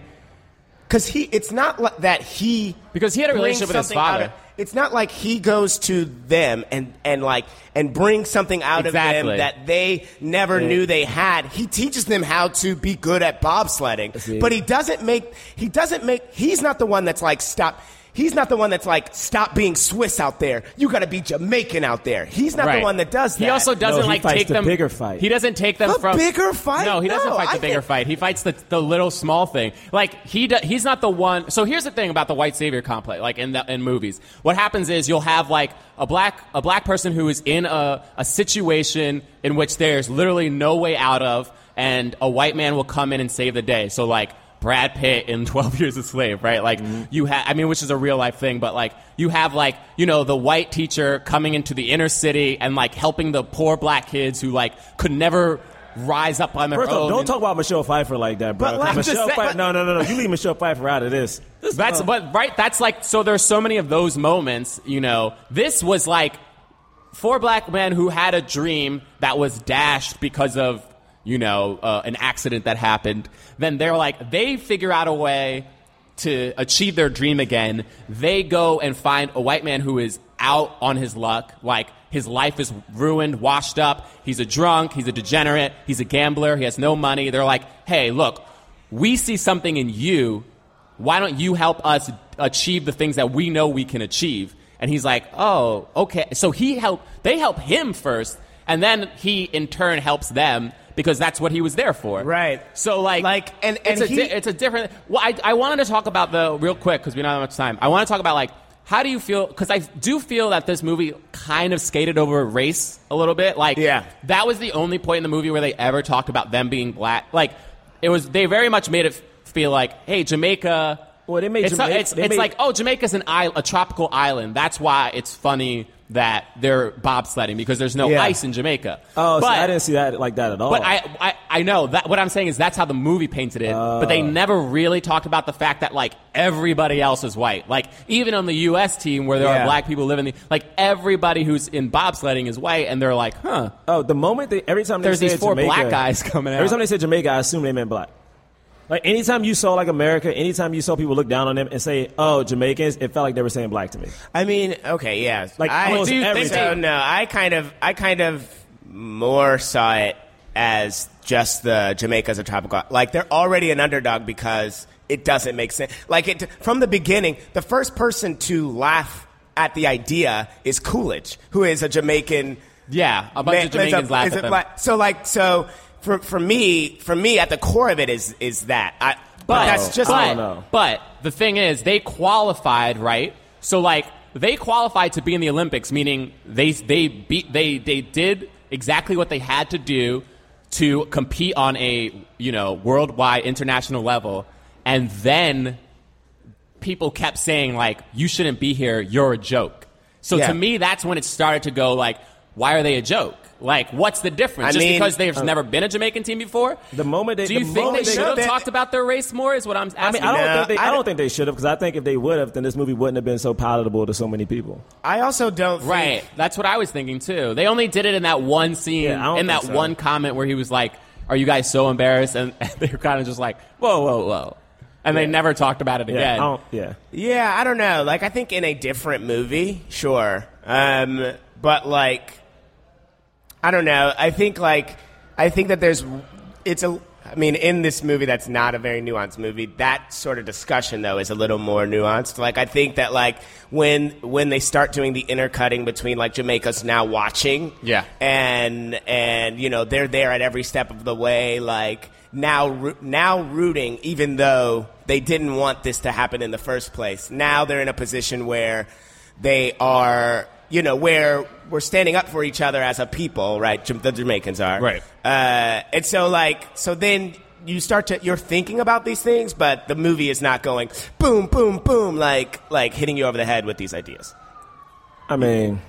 G: Because he, it's not like that he
F: Because he had a
G: brings
F: relationship with his
G: something out
F: father.
G: of- it's not like he goes to them and and like and brings something out of
F: Exactly.
G: them that they never knew they had. He teaches them how to be good at bobsledding,
H: See.
G: but he doesn't make he doesn't make he's not the one that's like stop. He's not the one that's like stop being Swiss out there. You got to be Jamaican out there. He's not
F: Right.
G: the one that does that.
F: He also doesn't
H: he
F: like
H: fights
F: take
H: the
F: them
H: bigger fight.
F: He doesn't take them
G: The
F: from
G: bigger fight?
F: No, he doesn't
G: No,
F: fight the
G: I
F: bigger
G: think-
F: fight. He fights the the little small thing. Like he do, he's not the one. So here's the thing about the white savior complex, like in the, in movies. What happens is you'll have like a black a black person who is in a a situation in which there's literally no way out of, and a white man will come in and save the day. So like. Brad Pitt in 12 Years a Slave, right? Like,
H: Mm-hmm.
F: you have, I mean, which is a real life thing, but like, you have like, you know, the white teacher coming into the inner city and like helping the poor black kids who like could never rise up on their
H: First
F: own.
H: off, don't
F: And
H: talk about Michelle Pfeiffer like that, bro.
G: Oh, But like-
H: Michelle
G: Just say-
H: Pfeiffer, no, no, no, no. You leave Michelle Pfeiffer out of this. This-
F: That's but right. That's like so. There's so many of those moments. You know, this was like four black men who had a dream that was dashed because of you know uh, an accident that happened. Then they're like they figure out a way to achieve their dream again. They go and find a white man who is out on his luck, like. His life is ruined, washed up. He's a drunk. He's a degenerate. He's a gambler. He has no money. They're like, hey, look, we see something in you why don't you help us achieve the things that we know we can achieve? And he's like, oh, okay. So he help they help him first, and then he in turn helps them because that's what he was there for.
G: Right.
F: So like,
G: Like, and- and
F: it's a
G: he-
F: di- it's a different. Well, I I wanted to talk about the real quick because we don't have much time. I want to talk about like how do you feel? Because I do feel that this movie kind of skated over race a little bit. Like,
G: Yeah.
F: that was the only point in the movie where they ever talked about them being black. Like, it was they very much made it f- feel like, hey, Jamaica
H: Well, they made
F: It's,
H: Jamaica.
F: it's,
H: they
F: it's
H: made-
F: like, oh, Jamaica's an isle, a tropical island. That's why it's funny that they're bobsledding because there's no
H: Yeah.
F: ice in Jamaica.
H: oh,
F: but,
H: see, I didn't see that like that at all.
F: But I, I, I know that what I'm saying is that's how the movie painted it. but they never really talked about the fact that like everybody else is white. Like even on the U.S. team where there
H: Yeah.
F: are black people living, the, like everybody who's in bobsledding is white, and they're like, huh,
H: Oh, the moment they every time they
F: There's
H: said
F: these four
H: Jamaica-
F: black guys coming out.
H: Every time they said Jamaica, I assume they meant black. Like anytime you saw like America, anytime you saw people look down on them and say, "Oh, Jamaicans," it felt like they were saying black to me.
G: I mean, okay, yeah.
H: Like,
G: I
H: almost
G: do think
H: everything.
G: so. No, I kind of, I kind of more saw it as just the Jamaica's a tropical. Like they're already an underdog because it doesn't make sense. Like it from the beginning, the first person to laugh at the idea is Coolidge, who is a Jamaican.
F: yeah, a bunch
G: Man,
F: of Jamaicans
G: it's a-
F: laugh
G: it's
F: at
G: a
F: them.
G: black- so like so for for me for me at the core of it is is that I but,
F: But
G: that's just
H: I
F: but,
H: don't know.
F: but the thing is, they qualified, right? So like they qualified to be in the Olympics, meaning they they beat they they did exactly what they had to do to compete on a you know worldwide international level, and then people kept saying like you shouldn't be here, you're a joke. So
G: Yeah.
F: to me, that's when it started to go like, why are they a joke? Like, what's the difference?
G: I
F: Just
G: mean- uh,
F: because they've never been a Jamaican team before?
H: The moment they-
F: do you
H: the
F: think they
H: moment they-
F: should have
G: that-
F: talked about their race more? Is what I'm
H: I
F: asking.
H: mean, I don't
G: No,
H: think they, I,
G: I
H: don't
G: don't-
H: think they should have because I think if they would have, then this movie wouldn't have been so palatable to so many people.
G: I also don't think-
F: Right. That's what I was thinking too. They only did it in that one scene,
H: Yeah, I don't
F: in that
H: think so.
F: one comment where he was like, "Are you guys so embarrassed?" And, and they were kind of just like, "Whoa, whoa, whoa," and they never talked about it
H: Yeah, I
F: again.
H: don't, yeah.
G: Yeah, I don't know. Like, I think in a different movie, sure. Um, but like, I don't know. I think like, I think that there's, it's a. I mean, in this movie, that's not a very nuanced movie. That sort of discussion, though, is a little more nuanced. Like, I think that like when when they start doing the intercutting between like Jamaica's now watching,
F: Yeah.
G: and and you know they're there at every step of the way, like now ru- now rooting, even though they didn't want this to happen in the first place. Now they're in a position where they are, you know, where we're standing up for each other as a people, right? Jam- The Jamaicans are,
F: Right.
G: Uh, and so, like, so then you start to you're thinking about these things, but the movie is not going boom, boom, boom, like like hitting you over the head with these ideas.
H: I mean,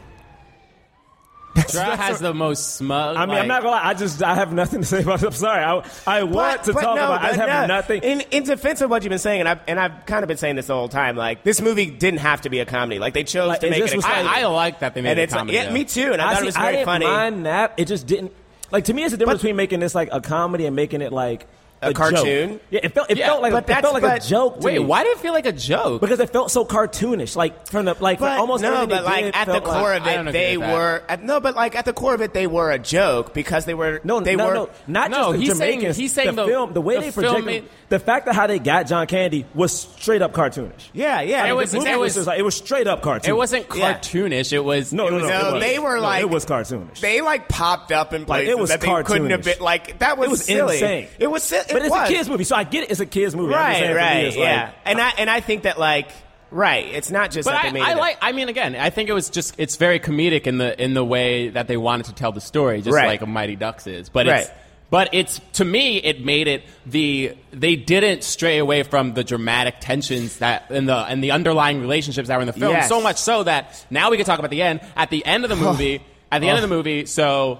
F: Dra has the most smug.
H: I mean, I'm
F: like-
H: not gonna lie. I just I have nothing to say about. it. I'm sorry. I, I want to
G: but
H: talk
G: no,
H: about. I
G: but
H: just have
G: no.
H: nothing.
G: In, in defense of what you've been saying, and I've, and I've kind of been saying this the whole time, like this movie didn't have to be a comedy. Like they chose
H: Like,
G: to
H: and
G: make
H: this
G: it a
H: was
G: comedy.
F: I, I like that they made
G: and
F: it
G: it's
F: comedy.
G: yeah,
F: though.
G: me too. And I, thought
H: see,
G: it was
H: I
G: very
H: didn't
G: funny.
H: mind that. It just didn't. Like to me, it's the difference between making this like a comedy and making it like
G: A
H: joke.
G: cartoon?
H: Yeah, it felt. It
F: Yeah,
H: felt like.
G: but
H: a, it
G: that's-
H: felt like
G: but-
H: a joke. to
F: Wait,
H: me.
F: why did it feel like a joke?
H: Because it felt so cartoonish. Like from the like from
G: But
H: almost
G: no,
H: everything
G: but
H: they
G: like
H: did
G: at the
H: felt like-
G: core
F: I
G: of
F: don't
G: it,
F: agree
G: they
F: with that.
G: were at, no, but like at the core of it, they were a joke because they were
H: No,
G: they
H: no,
G: were
H: no, not
F: No,
H: just the
F: he's saying-
H: Jamaicans.
F: he's saying
H: the,
F: the-
H: film, the way
F: the
H: they
F: film
H: projected,
F: made-
H: the fact of how they got John Candy was straight up cartoonish.
G: yeah, yeah.
F: It was-
H: The movie
F: it was-
H: just like, it was straight up cartoonish.
F: it wasn't
G: Yeah.
F: cartoonish. It was
H: No,
F: it
H: no,
F: was,
H: no,
G: No,
H: it was.
G: they were
H: No,
G: like-
H: it was cartoonish.
G: they like popped up in
H: Like,
G: places
H: it was
G: that they couldn't have
H: cartoonish.
G: been like that was,
H: it was
G: silly.
H: insane.
G: It was si- it
H: but it's
G: was.
H: a kids movie, so I get it. It's a kids movie. I'm just
G: right,
H: saying for me,
G: right,
H: it's like-
G: yeah. and I and I think that like right, it's not just
F: But
G: that
F: I,
G: they made
F: I
G: it a-
F: like. I mean, again, I think it was just. It's very comedic in the in the way that they wanted to tell the story, just
G: Right.
F: like a Mighty Ducks is. But it's.
G: Right.
F: But it's to me, it made it the they didn't stray away from the dramatic tensions that and the and the underlying relationships that were in the film.
G: Yes.
F: So much so that now we can talk about the end. At the end of the movie, at the end
G: Oh.
F: of the movie, so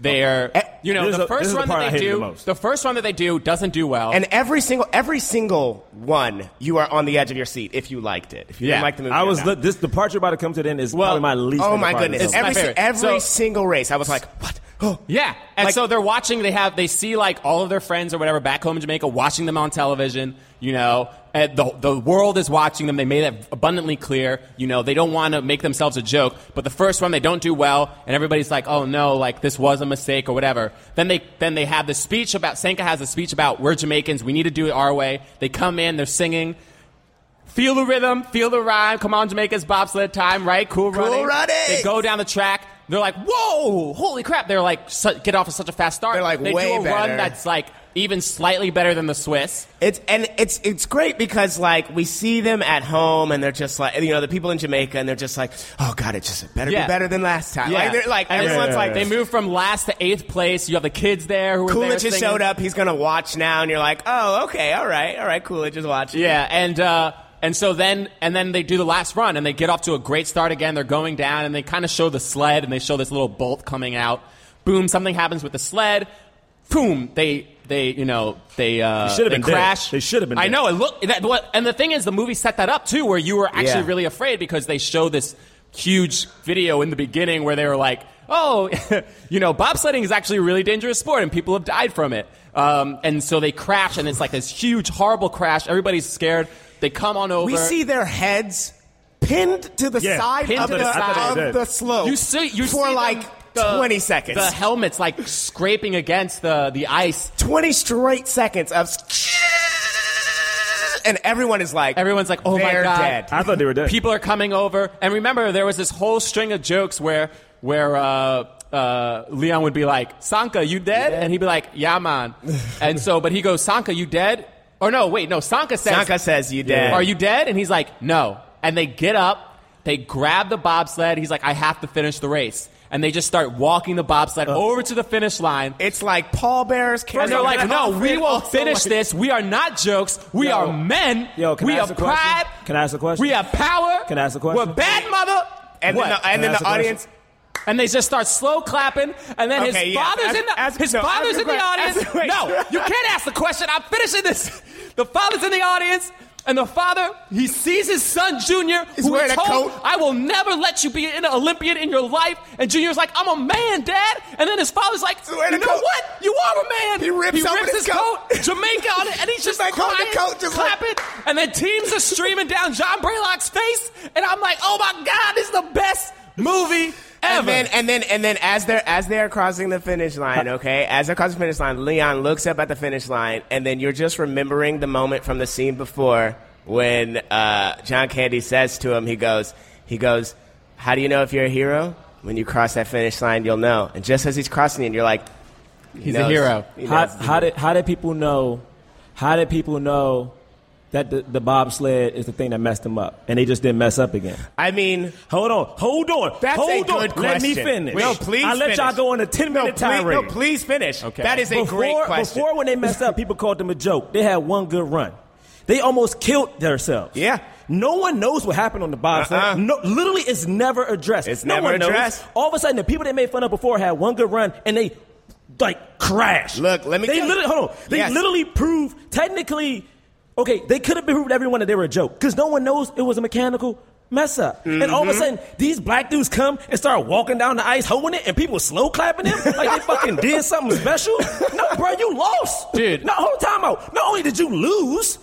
F: they're you know
H: Eh, This is
F: the
H: the- this is
F: first
H: the
F: one
H: part I
F: that they
H: hated the
F: do
H: most.
F: the first one that they do doesn't do well.
G: And every single every single one, you are on the edge of your seat if you liked it. If you
F: Yeah.
G: didn't like the movie,
H: I
G: or
H: was
G: not.
H: the, this departure by the come to the end is
F: Well,
H: probably my least.
G: oh
H: favorite
G: my
H: part of
G: goodness!
H: the
G: Every
F: my
H: movie.
G: si-
F: favorite.
G: every
F: So-
G: single race, I was like, what? Oh.
F: Yeah, and
G: Like-
F: so they're watching. They have they see like all of their friends or whatever back home in Jamaica watching them on television. You know, and the the world is watching them. They made that abundantly clear. You know, they don't want to make themselves a joke. But the first one they don't do well, and everybody's like, "Oh no, like this was a mistake or whatever." Then they then they have the speech about Senka has a speech about we're Jamaicans. We need to do it our way. They come in, they're singing. Feel the rhythm, feel the rhyme. Come on, Jamaica's bobsled time, right? Cool,
G: Cool
F: running.
G: running.
F: They go down the track. They're like, whoa, holy crap. They're like, su- get off at such a fast start.
G: They're like,
F: they
G: way
F: do a
G: better.
F: run that's like even slightly better than the Swiss.
G: It's and it's it's great because like we see them at home and they're just like you know the people in Jamaica and they're just like oh god it just better
F: Yeah.
G: be better than last time like they're like
F: And
G: everyone's like
F: they moved from last to eighth place. You have the kids there who were there
G: Coolidge has
F: singing.
G: showed up he's gonna watch now and you're like oh okay all right all right Coolidge is watching
F: Yeah, and uh, and so then and then they do the last run and they get off to a great start again. They're going down and they kind of show the sled and they show this little bolt coming out. Boom! Something happens with the sled. Boom! They they you know they uh,
H: should've
F: they
H: been dead.
F: crash.
H: They should've been
F: I
H: dead.
F: know. It look that what and the thing is the movie set that up too, where you were actually
G: Yeah.
F: really afraid because they show this huge video in the beginning where they were like. Oh, you know, bobsledding is actually a really dangerous sport, and people have died from it. Um, and so they crash, and it's like this huge, horrible crash. Everybody's scared. They come on over.
G: we see their heads pinned to the
H: Yeah,
G: side
F: pinned
G: of
F: to
G: the,
F: the side.
G: of the slope
F: You see, you
G: for
F: see
G: like
F: them- the-
G: 20 seconds
F: The helmets like scraping against the the ice.
G: 20 straight seconds of and everyone is like
F: Everyone's like, "Oh my
G: they're
F: God."
G: dead.
H: I thought they were dead.
F: People are coming over, and remember, there was this whole string of jokes where where uh, uh, Leon would be like, "Sanka, you dead?" and he'd be like, "Yeah, man." and so, but he goes, "Sanka, you dead?" Or no, wait, no. Sanka says,
G: Sanka says you dead
F: Are you dead? And he's like, no. And they get up, they grab the bobsled. He's like, I have to finish the race. And they just start walking the bobsled over to the finish line.
G: it's like pallbearers
F: And they're like, no, we will finish
G: this.
F: this. We are not jokes. We
H: Yo.
F: are men.
H: Yo, can
F: we
H: I ask
F: have
H: a question?
F: pride.
H: Can I ask a question?
F: We have power.
H: Can I ask a question?
F: We're bad, mother.
G: And
F: What?
G: then the, and
H: Can I
G: then
H: ask
G: the
H: a question?
G: audience.
F: And they just start slow clapping, and then
G: Okay,
F: his
G: yeah.
F: father's
G: Ask-
F: in the
G: ask-
F: his
G: no, ask
F: father's
G: the
F: in the
G: que-
F: audience.
G: ask the- wait.
F: no, you can't ask the question. I'm finishing this. The father's in the audience, and the father he sees his son Junior,
G: He's
F: who
G: wearing
F: he
G: a
F: told,
G: coat.
F: "I will never let you be an Olympian in your life." And Junior's like, "I'm a man, Dad." And then his father's like, "You
G: wearing
F: know
G: a coat.
F: what? You are a man."
G: He rips open his
F: his
G: coat.
F: Jamaica on it, and he's just
G: Jamaica on the
F: crying,
G: coat, just like-
F: clapping it, and the teams are streaming down John Braylock's face, and I'm like, oh my god, this is the best movie ever.
G: And then and then and then as they're as they're crossing the finish line, okay, as they're crossing the finish line, Leon looks up at the finish line, and then you're just remembering the moment from the scene before when uh, John Candy says to him, he goes, he goes, "How do you know if you're a hero? When you cross that finish line, you'll know." And just as he's crossing it, you're like,
F: He's
G: knows.
F: a hero.
G: He
H: How,
G: knows.
H: how did how did people know? How did people know that the, the bobsled is the thing that messed them up, and they just didn't mess up again?
G: I mean,
H: Hold on, hold on,
G: That's a
H: hold on.
G: good
H: Let me
G: question.
H: finish.
G: Wait, No, please
H: I let y'all
G: finish.
H: go on a ten
G: no,
H: minute
G: please,
H: time
G: no, please finish. That is a
H: before,
G: great question.
H: Before when they messed up, people called them a joke. They had one good run. They almost killed themselves.
G: Yeah.
H: No one knows what happened on the bobsled.
G: Uh-uh.
H: No, literally, it's never addressed.
G: It's
H: no
G: never
H: one knows.
G: addressed.
H: All of a sudden, the people they made fun of before had one good run, and they like crashed.
G: Look, let me
H: They
G: tell you-
H: literally hold on. They
G: Yes.
H: literally proved technically. Okay, they could have proved everyone that they were a joke because no one knows it was a mechanical mess up. And all of a
G: Mm-hmm.
H: sudden, these black dudes come and start walking down the ice, holding it, and people slow clapping them like they fucking did something special. No, bro, you lost,
F: Dude.
H: No, hold time out. Not only did you lose,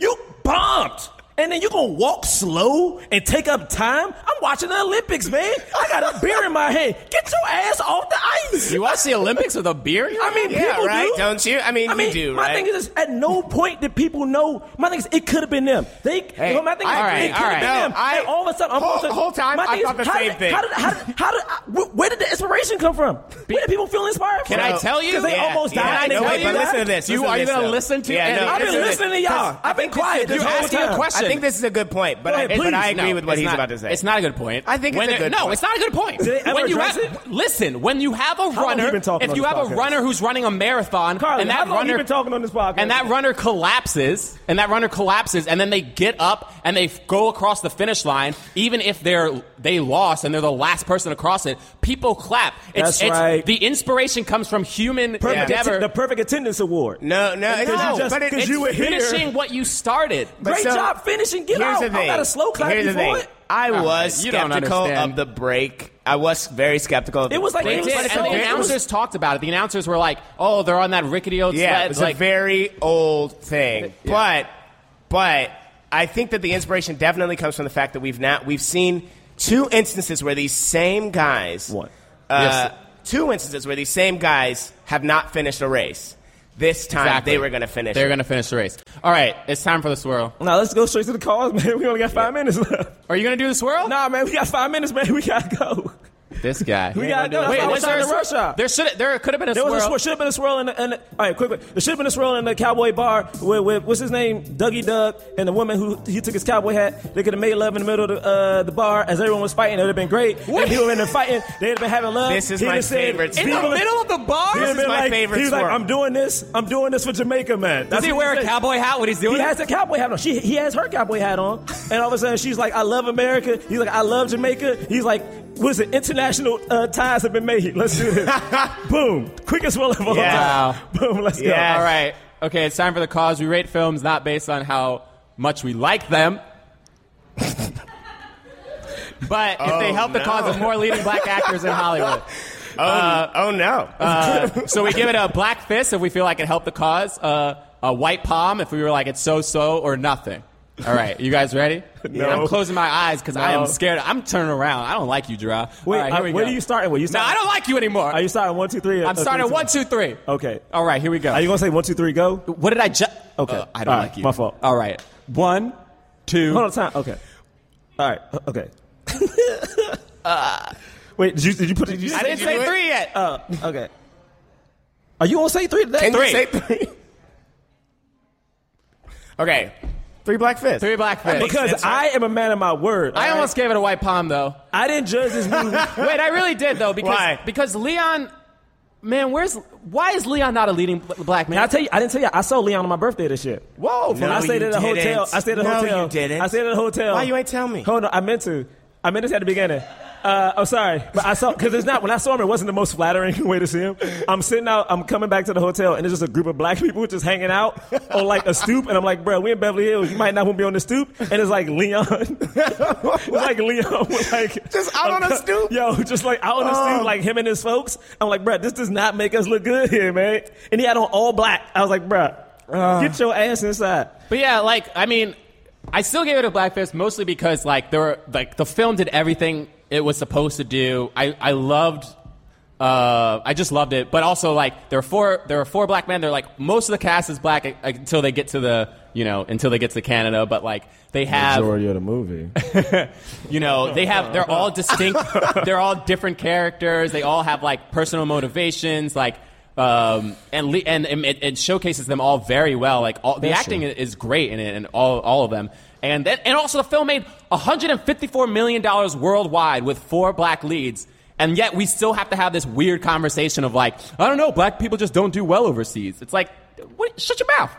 H: you bombed. And then you gonna walk slow and take up time? I'm watching the Olympics, man. I got a beer in my hand. Get your ass off the ice.
F: you watch the Olympics with a beer?
H: I mean,
G: Yeah,
H: people
G: right?
H: do.
G: Don't you? I mean, you do,
H: my
G: right?
H: thing is, at no point did people know. My thing is, it could have been them. They,
G: Hey,
H: my thing is,
G: all right,
H: it could
G: all
H: have
G: right.
H: been
G: No,
H: them.
G: I-
H: and all of a sudden, I'm
G: whole-
H: also-
G: whole time,
H: my
G: I
H: thing is,
G: thought the
H: how
G: same
H: did,
G: thing.
H: How did, how did, how did, I- wh- where did the inspiration come from? Where did people feel inspired from?
F: Can I tell you?
H: Because they
F: Yeah,
H: almost
G: yeah,
H: died.
G: I
H: and
G: know,
H: they
G: wait, but
H: tell you
G: listen
H: that?
G: to this.
F: You-
G: listen
F: are you
G: this,
F: gonna
G: though.
F: listen to
G: Yeah,
F: Andy?
G: no,
H: I've been
G: listen this.
H: listening to y'all. I've been quiet. This
F: you
H: whole
F: asking
H: time.
F: a question.
G: I think this is a good point, but,
H: Go
G: I, but
H: ahead, please.
G: I agree
F: No,
G: with what
F: it's
G: he's
F: not-
G: about to say.
F: It's not a good point.
G: I think it's
F: When
G: a
F: it-
G: good
F: no,
G: point.
F: it's not a good point.
H: Did they ever
F: when you
H: address
F: have,
H: it?
F: Listen, when you have a
H: have
F: runner,
H: you been talking
F: if
H: on
F: you
H: this
F: have a
H: podcast?
F: runner who's running a marathon,
H: Carly,
F: and
H: how
F: that
H: long
F: runner
H: you been talking on this podcast?
F: and that runner collapses, and that runner collapses, and then they get up and they f- go across the finish line, even if they're they lost and they're the last person across it. People clap. It's,
H: That's
F: it's,
H: right.
F: The inspiration comes from human
H: perfect
F: endeavor.
H: atten- the perfect attendance award.
G: No, no, it's
H: Because you
G: no,
H: just-
G: but it-
H: because
G: it's
H: you were here.
F: finishing what you started.
G: But
H: Great
G: so-
H: job finishing. Get
G: here's
H: out.
G: The
H: I
G: thing.
H: got a slow clap
G: Here's the
H: before
G: thing.
H: it.
G: I
F: All
G: was
F: right, you don't
G: skeptical
F: understand.
G: of the break. I was very skeptical. Of
H: It
G: the
H: was like-
G: break.
F: They
H: it
F: did,
H: was
F: and the
H: so-
F: announcers talked about it. The announcers were like, "Oh, they're on that rickety old
G: yeah,
F: sled."
G: it was
F: like,
G: a very old thing. But but I think that the inspiration definitely comes from the fact that we've not we've seen two instances where these same guys
H: One.
G: Uh,
F: Yes.
G: Two instances where these same guys have not finished a race. This time
F: Exactly.
G: they were going to finish.
F: They're
G: it.
F: going to finish the race. All right, it's time for the swirl.
H: Now let's go straight to the calls, man. We only got five minutes left.
F: Are you going to do the swirl?
H: Nah, man, we got five minutes, man. We gotta go.
F: This guy.
H: We gotta know. Wait,
F: was there a
H: rush
F: swirl?
H: out.
F: There should there could have been a
H: There
F: swirl.
H: was a swirl. Should have been a swirl in the. In the all right, quick, quick. There should have been a swirl in the cowboy bar with, with what's his name, Dougie Doug, and the woman who he took his cowboy hat. They could have made love in the middle of the, uh, the bar as everyone was fighting. It would have been great. What? If people were in there fighting, they'd have been having love.
G: This is
H: He'd
G: my
H: have said,
G: favorite
H: "People
G: swirl." In the
H: are-
G: middle of the bar?
H: He'd
G: This
H: have
G: is
H: been
G: my
H: like-
G: favorite
H: He was like,
G: swirl.
H: "I'm doing this. I'm doing this for Jamaica, man."
F: Does
H: That's
F: he
H: what
F: wear a
H: said.
F: cowboy hat when he's doing
H: He
F: it?
H: has a cowboy hat on. She, he has her cowboy hat on, and all of a sudden she's like, "I love America." He's like, "I love Jamaica." He's like, "What is it? International uh, ties have been made. Let's do this." Boom! Quickest roll of all
G: Yeah.
H: time. Boom! Let's go.
G: Yeah.
F: All right. Okay, it's time for the cause. We rate films not based on how much we like them. but if
H: Oh,
F: they help the
G: no.
F: cause of more leading black actors in Hollywood.
G: Oh, oh no.
F: Uh, so we give it a black fist if we feel like it helped the cause, uh, a white palm if we were like it's so so, or nothing. All right, you guys ready?
H: No.
F: I'm closing my eyes because I
H: No.
F: am scared. I'm turning around. I don't like you, Gerard.
H: Wait,
F: All right, here
H: uh,
F: we
H: where
F: go.
H: are you starting with? You
F: No,
H: starting,
F: I don't like you anymore.
H: Are you starting one, two, three? or-
F: I'm
H: or
F: starting
H: three,
F: one, two, three.
H: Okay.
F: All right, here we go.
H: Are you gonna say one, two, three, go?
F: What did I just?
H: Okay.
F: I don't
H: All right,
F: like you.
H: my fault.
F: All right. One, two.
H: Hold on, time. Okay. All right. uh, Okay.
G: Uh,
H: Wait, did you, did you put? Did you
F: I
H: say
F: didn't
H: three?
F: say three yet.
H: Uh, okay. Are you on say three today?
G: Can you
F: three.
G: say three? okay. Three black fists.
F: Three black fists.
H: Because I am a man of my word.
F: I
H: all
F: almost
H: right?
F: gave it a white palm though.
H: I didn't judge this movie.
F: Wait, I really did though because
G: Why?
F: because Leon, man, where's why is Leon not a leading bl- black
H: Can I
F: man?
H: tell you? I didn't tell you. I saw Leon on my birthday this year.
F: Whoa,
H: And I
G: No,
H: stayed
G: you
H: at a
G: didn't.
H: hotel. I stayed at a
G: No,
H: hotel.
G: you didn't.
H: I stayed at a hotel.
G: Why you ain't tell me?
H: Hold on, I meant to. I meant this at the beginning. Uh, I'm sorry, but I saw because it's not when I saw him. It wasn't the most flattering way to see him. I'm sitting out. I'm coming back to the hotel, and there's just a group of black people just hanging out on like a stoop. And I'm like, bro, we in Beverly Hills. You might not want to be on the stoop. And it's like Leon, it's like Leon, with like
G: Just out on a stoop?
H: Yo, just like out on the
G: Oh.
H: stoop, like him and his folks. I'm like, bruh, this does not make us look good here, man. And he had on all black. I was like, bruh,
G: Uh.
H: get your ass inside.
F: But yeah, like I mean, I still gave it a black fist mostly because like there were like the film did everything it was supposed to do. I I loved. Uh, I just loved it, but also like there are four there are four black men. They're like most of the cast is black uh, until they get to the you know until they get to Canada. But like they have
H: of the movie.
F: You know, they have they're all distinct. they're all different characters. They all have like personal motivations, like um, and le- and and it, it showcases them all very well. Like all the acting i- is great in it, and all all of them. And then, and also the film made 154 million dollars worldwide with four black leads. And yet we still have to have this weird conversation of like, I don't know, black people just don't do well overseas. It's like, what, shut your mouth.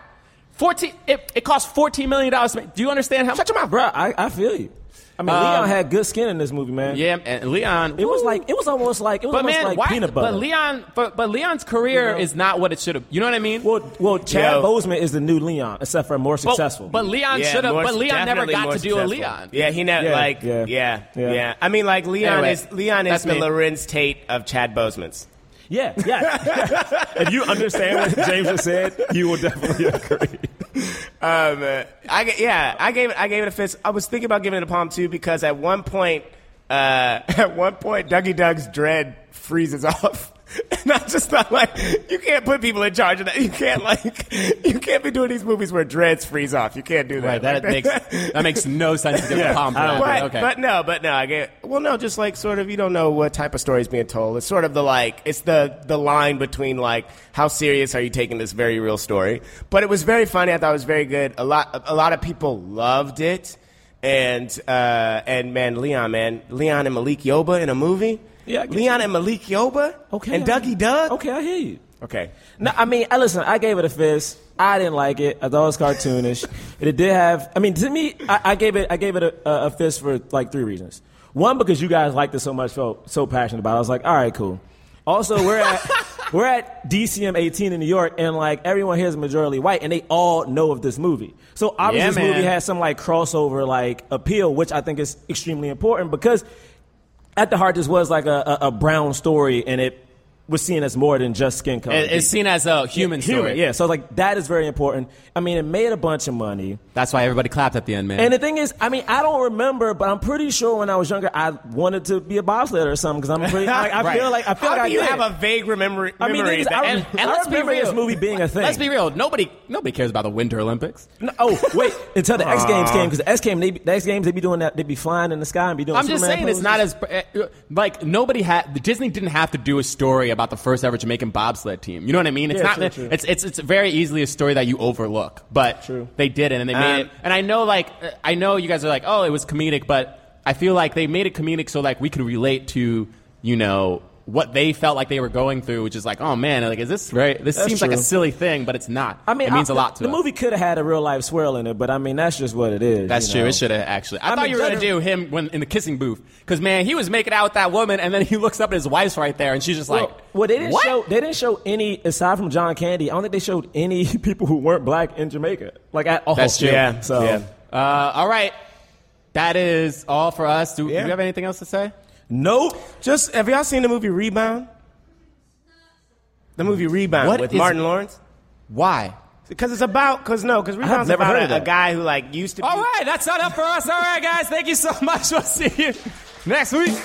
F: 14 it, it cost 14 million dollars to make. Do you understand how
H: Shut your mouth, bruh. I, I feel you. I mean,
F: Um,
H: Leon had good skin in this movie, man.
F: Yeah, and Leon
H: It was like it was almost like it was
F: But
H: almost
F: man,
H: like
F: why?
H: peanut butter.
F: But Leon, but, but Leon's career
H: You know?
F: is not what it should have. You know what I mean?
H: well, well, Chad
G: Yo.
H: Bozeman is the new Leon, except for more
F: but,
H: successful.
F: but Leon
G: Yeah,
F: should have.
G: more-
F: But Leon never
G: definitely
F: got
G: more
F: to do a
G: successful.
F: Leon.
G: Yeah, he never
H: Yeah,
G: like
H: yeah,
G: yeah, yeah,
H: yeah.
G: I mean, like Leon
F: Anyway,
G: is Leon
F: that's
G: is the
F: me.
G: Lorenz Tate of Chad Boseman's.
H: yeah, yeah. if you understand what James just said, you will definitely agree.
G: Um, uh, I ga- yeah, I gave it. I gave it a fist. I was thinking about giving it a palm too because at one point, uh, at one point, Dougie Doug's dread freezes off, and I just thought like, you can't put people in charge of that. You can't like, you can't be doing these movies where dreads freeze off. You can't do that.
F: Right, that
G: Like,
F: makes that makes no sense to give a palm for
H: I
F: that.
H: don't-
G: But,
F: but okay.
G: but no, but no, I get well. No, just like sort of, you don't know what type of story is being told. It's sort of the like, it's the the line between like, how serious are you taking this very real story? But it was very funny. I thought it was very good. A lot, a lot of people loved it, and uh, and man, Leon, man, Leon and Malik Yoba in a movie.
H: Yeah, I get
G: Leon and Malik Yoba.
H: Okay,
G: and
H: I-
G: Dougie Doug.
H: Okay, I hear you.
G: okay.
H: No, I mean, I, listen, I gave it a fist. I didn't like it. I thought it was cartoonish. it did have, I mean, to me, I, I gave it, I gave it a, a, a fist for like three reasons. One, because you guys liked it so much, felt so passionate about. it. I was like, all right, cool. Also, we're at we're at DCM 18 in New York, and like everyone here is majority white, and they all know of this movie. So obviously,
F: Yeah,
H: this movie
F: man.
H: has some like crossover like appeal, which I think is extremely important because at the heart, this was like a, a, a brown story, and it was seen as more than just skin color.
F: It- It's seen as a human
H: Human,
F: story.
H: yeah. So like that is very important. I mean, it made a bunch of money.
F: That's why everybody clapped at the end, man.
H: And the thing is, I mean, I don't remember, but I'm pretty sure when I was younger, I wanted to be a bobsled or something because I'm pretty. Like, I feel like I feel
I: How
H: like
I: do
H: I
I: you
H: did.
I: have a vague remember- memory?
H: I mean, niggas,
I: that-
H: I,
F: and, and
H: I
F: let's be
H: remember
F: real.
H: this movie being a thing.
F: Let's be real. Nobody, nobody cares about the Winter Olympics.
H: No, oh wait, until the X Games came because the X Games, they, be- the X Games, they be doing that. They be flying in the sky and be doing.
F: I'm just
H: Superman
F: saying it's
H: poses.
F: not as uh, like nobody had Disney didn't have to do a story about the first ever Jamaican bobsled team. You know what I mean? It's
H: Yeah,
F: not
H: true, true.
F: it's it's it's very easily a story that you overlook, but
H: True.
F: they did it and they made
I: Um,
F: it. And I know like uh, I know you guys are like, "Oh, it was comedic," but I feel like they made it comedic so like we could relate to, you know, what they felt like they were going through, which is like, "Oh man, like is this right? This
H: That's
F: seems like a
H: true.
F: silly thing, but it's not."
H: I mean,
F: it means a
H: a
F: lot to
H: the
F: us.
H: movie could have had a real life swirl in it, but I mean, that's just what it is.
F: That's
H: you
F: true.
H: know?
F: It should have actually. I,
H: I
F: thought
H: mean,
F: you were gonna do
H: general-
F: him when in the kissing booth because man, he was making out with that woman, and then he looks up at his wife's right there, and she's just like,
H: Well, well, they didn't
F: "What?"
H: show. They didn't show any aside from John Candy. I don't think they showed any people who weren't black in Jamaica, like at all.
F: That's true.
H: Yeah. So
I: Yeah.
F: Uh, all right, that is all for us. Do, do you have anything else to say?
H: nope.
I: Just have y'all seen the movie Rebound? The movie Rebound
F: What
I: with
F: is-
I: Martin Lawrence?
F: Why?
I: Because it's about because no because Rebound's
H: never
I: about
H: heard
I: a,
H: of that.
I: a guy who like used to.
F: All
I: be,
F: right, that's not up for us. All right, guys, thank you so much. We'll see you next week.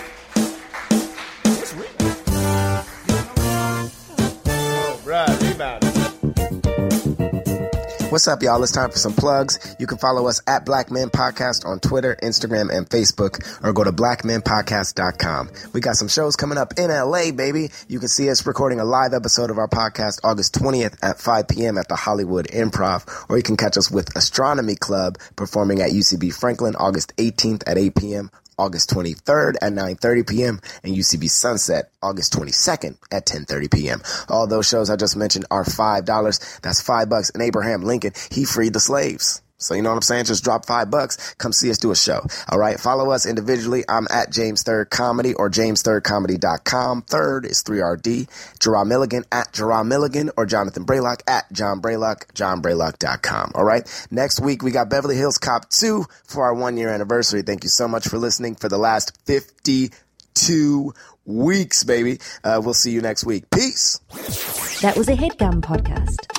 D: What's up, y'all? It's time for some plugs. You can follow us at Black Men Podcast on Twitter, Instagram, and Facebook, or go to blackmenpodcast.com. We got some shows coming up in LA, baby. You can see us recording a live episode of our podcast August 20th at 5 p.m. at the Hollywood Improv, or you can catch us with Astronomy Club performing at UCB Franklin August 18th at 8 p.m. August 23rd at 9:30 p.m. and UCB Sunset August 22nd at 10:30 p.m. All those shows I just mentioned are five dollars. That's five bucks. And Abraham Lincoln he freed the slaves. So you know what I'm saying? Just drop five bucks. Come see us do a show. All right. Follow us individually. I'm at James Third Comedy or JamesThirdComedy.com. Third is 3RD. Gerard Milligan at Gerard Milligan or Jonathan Braylock at John Braylock, JohnBraylock.com. All right. Next week we got Beverly Hills Cop 2 for our one year anniversary. Thank you so much for listening for the last 52 weeks, baby. Uh, we'll see you next week. Peace.
A: That was a headgum podcast.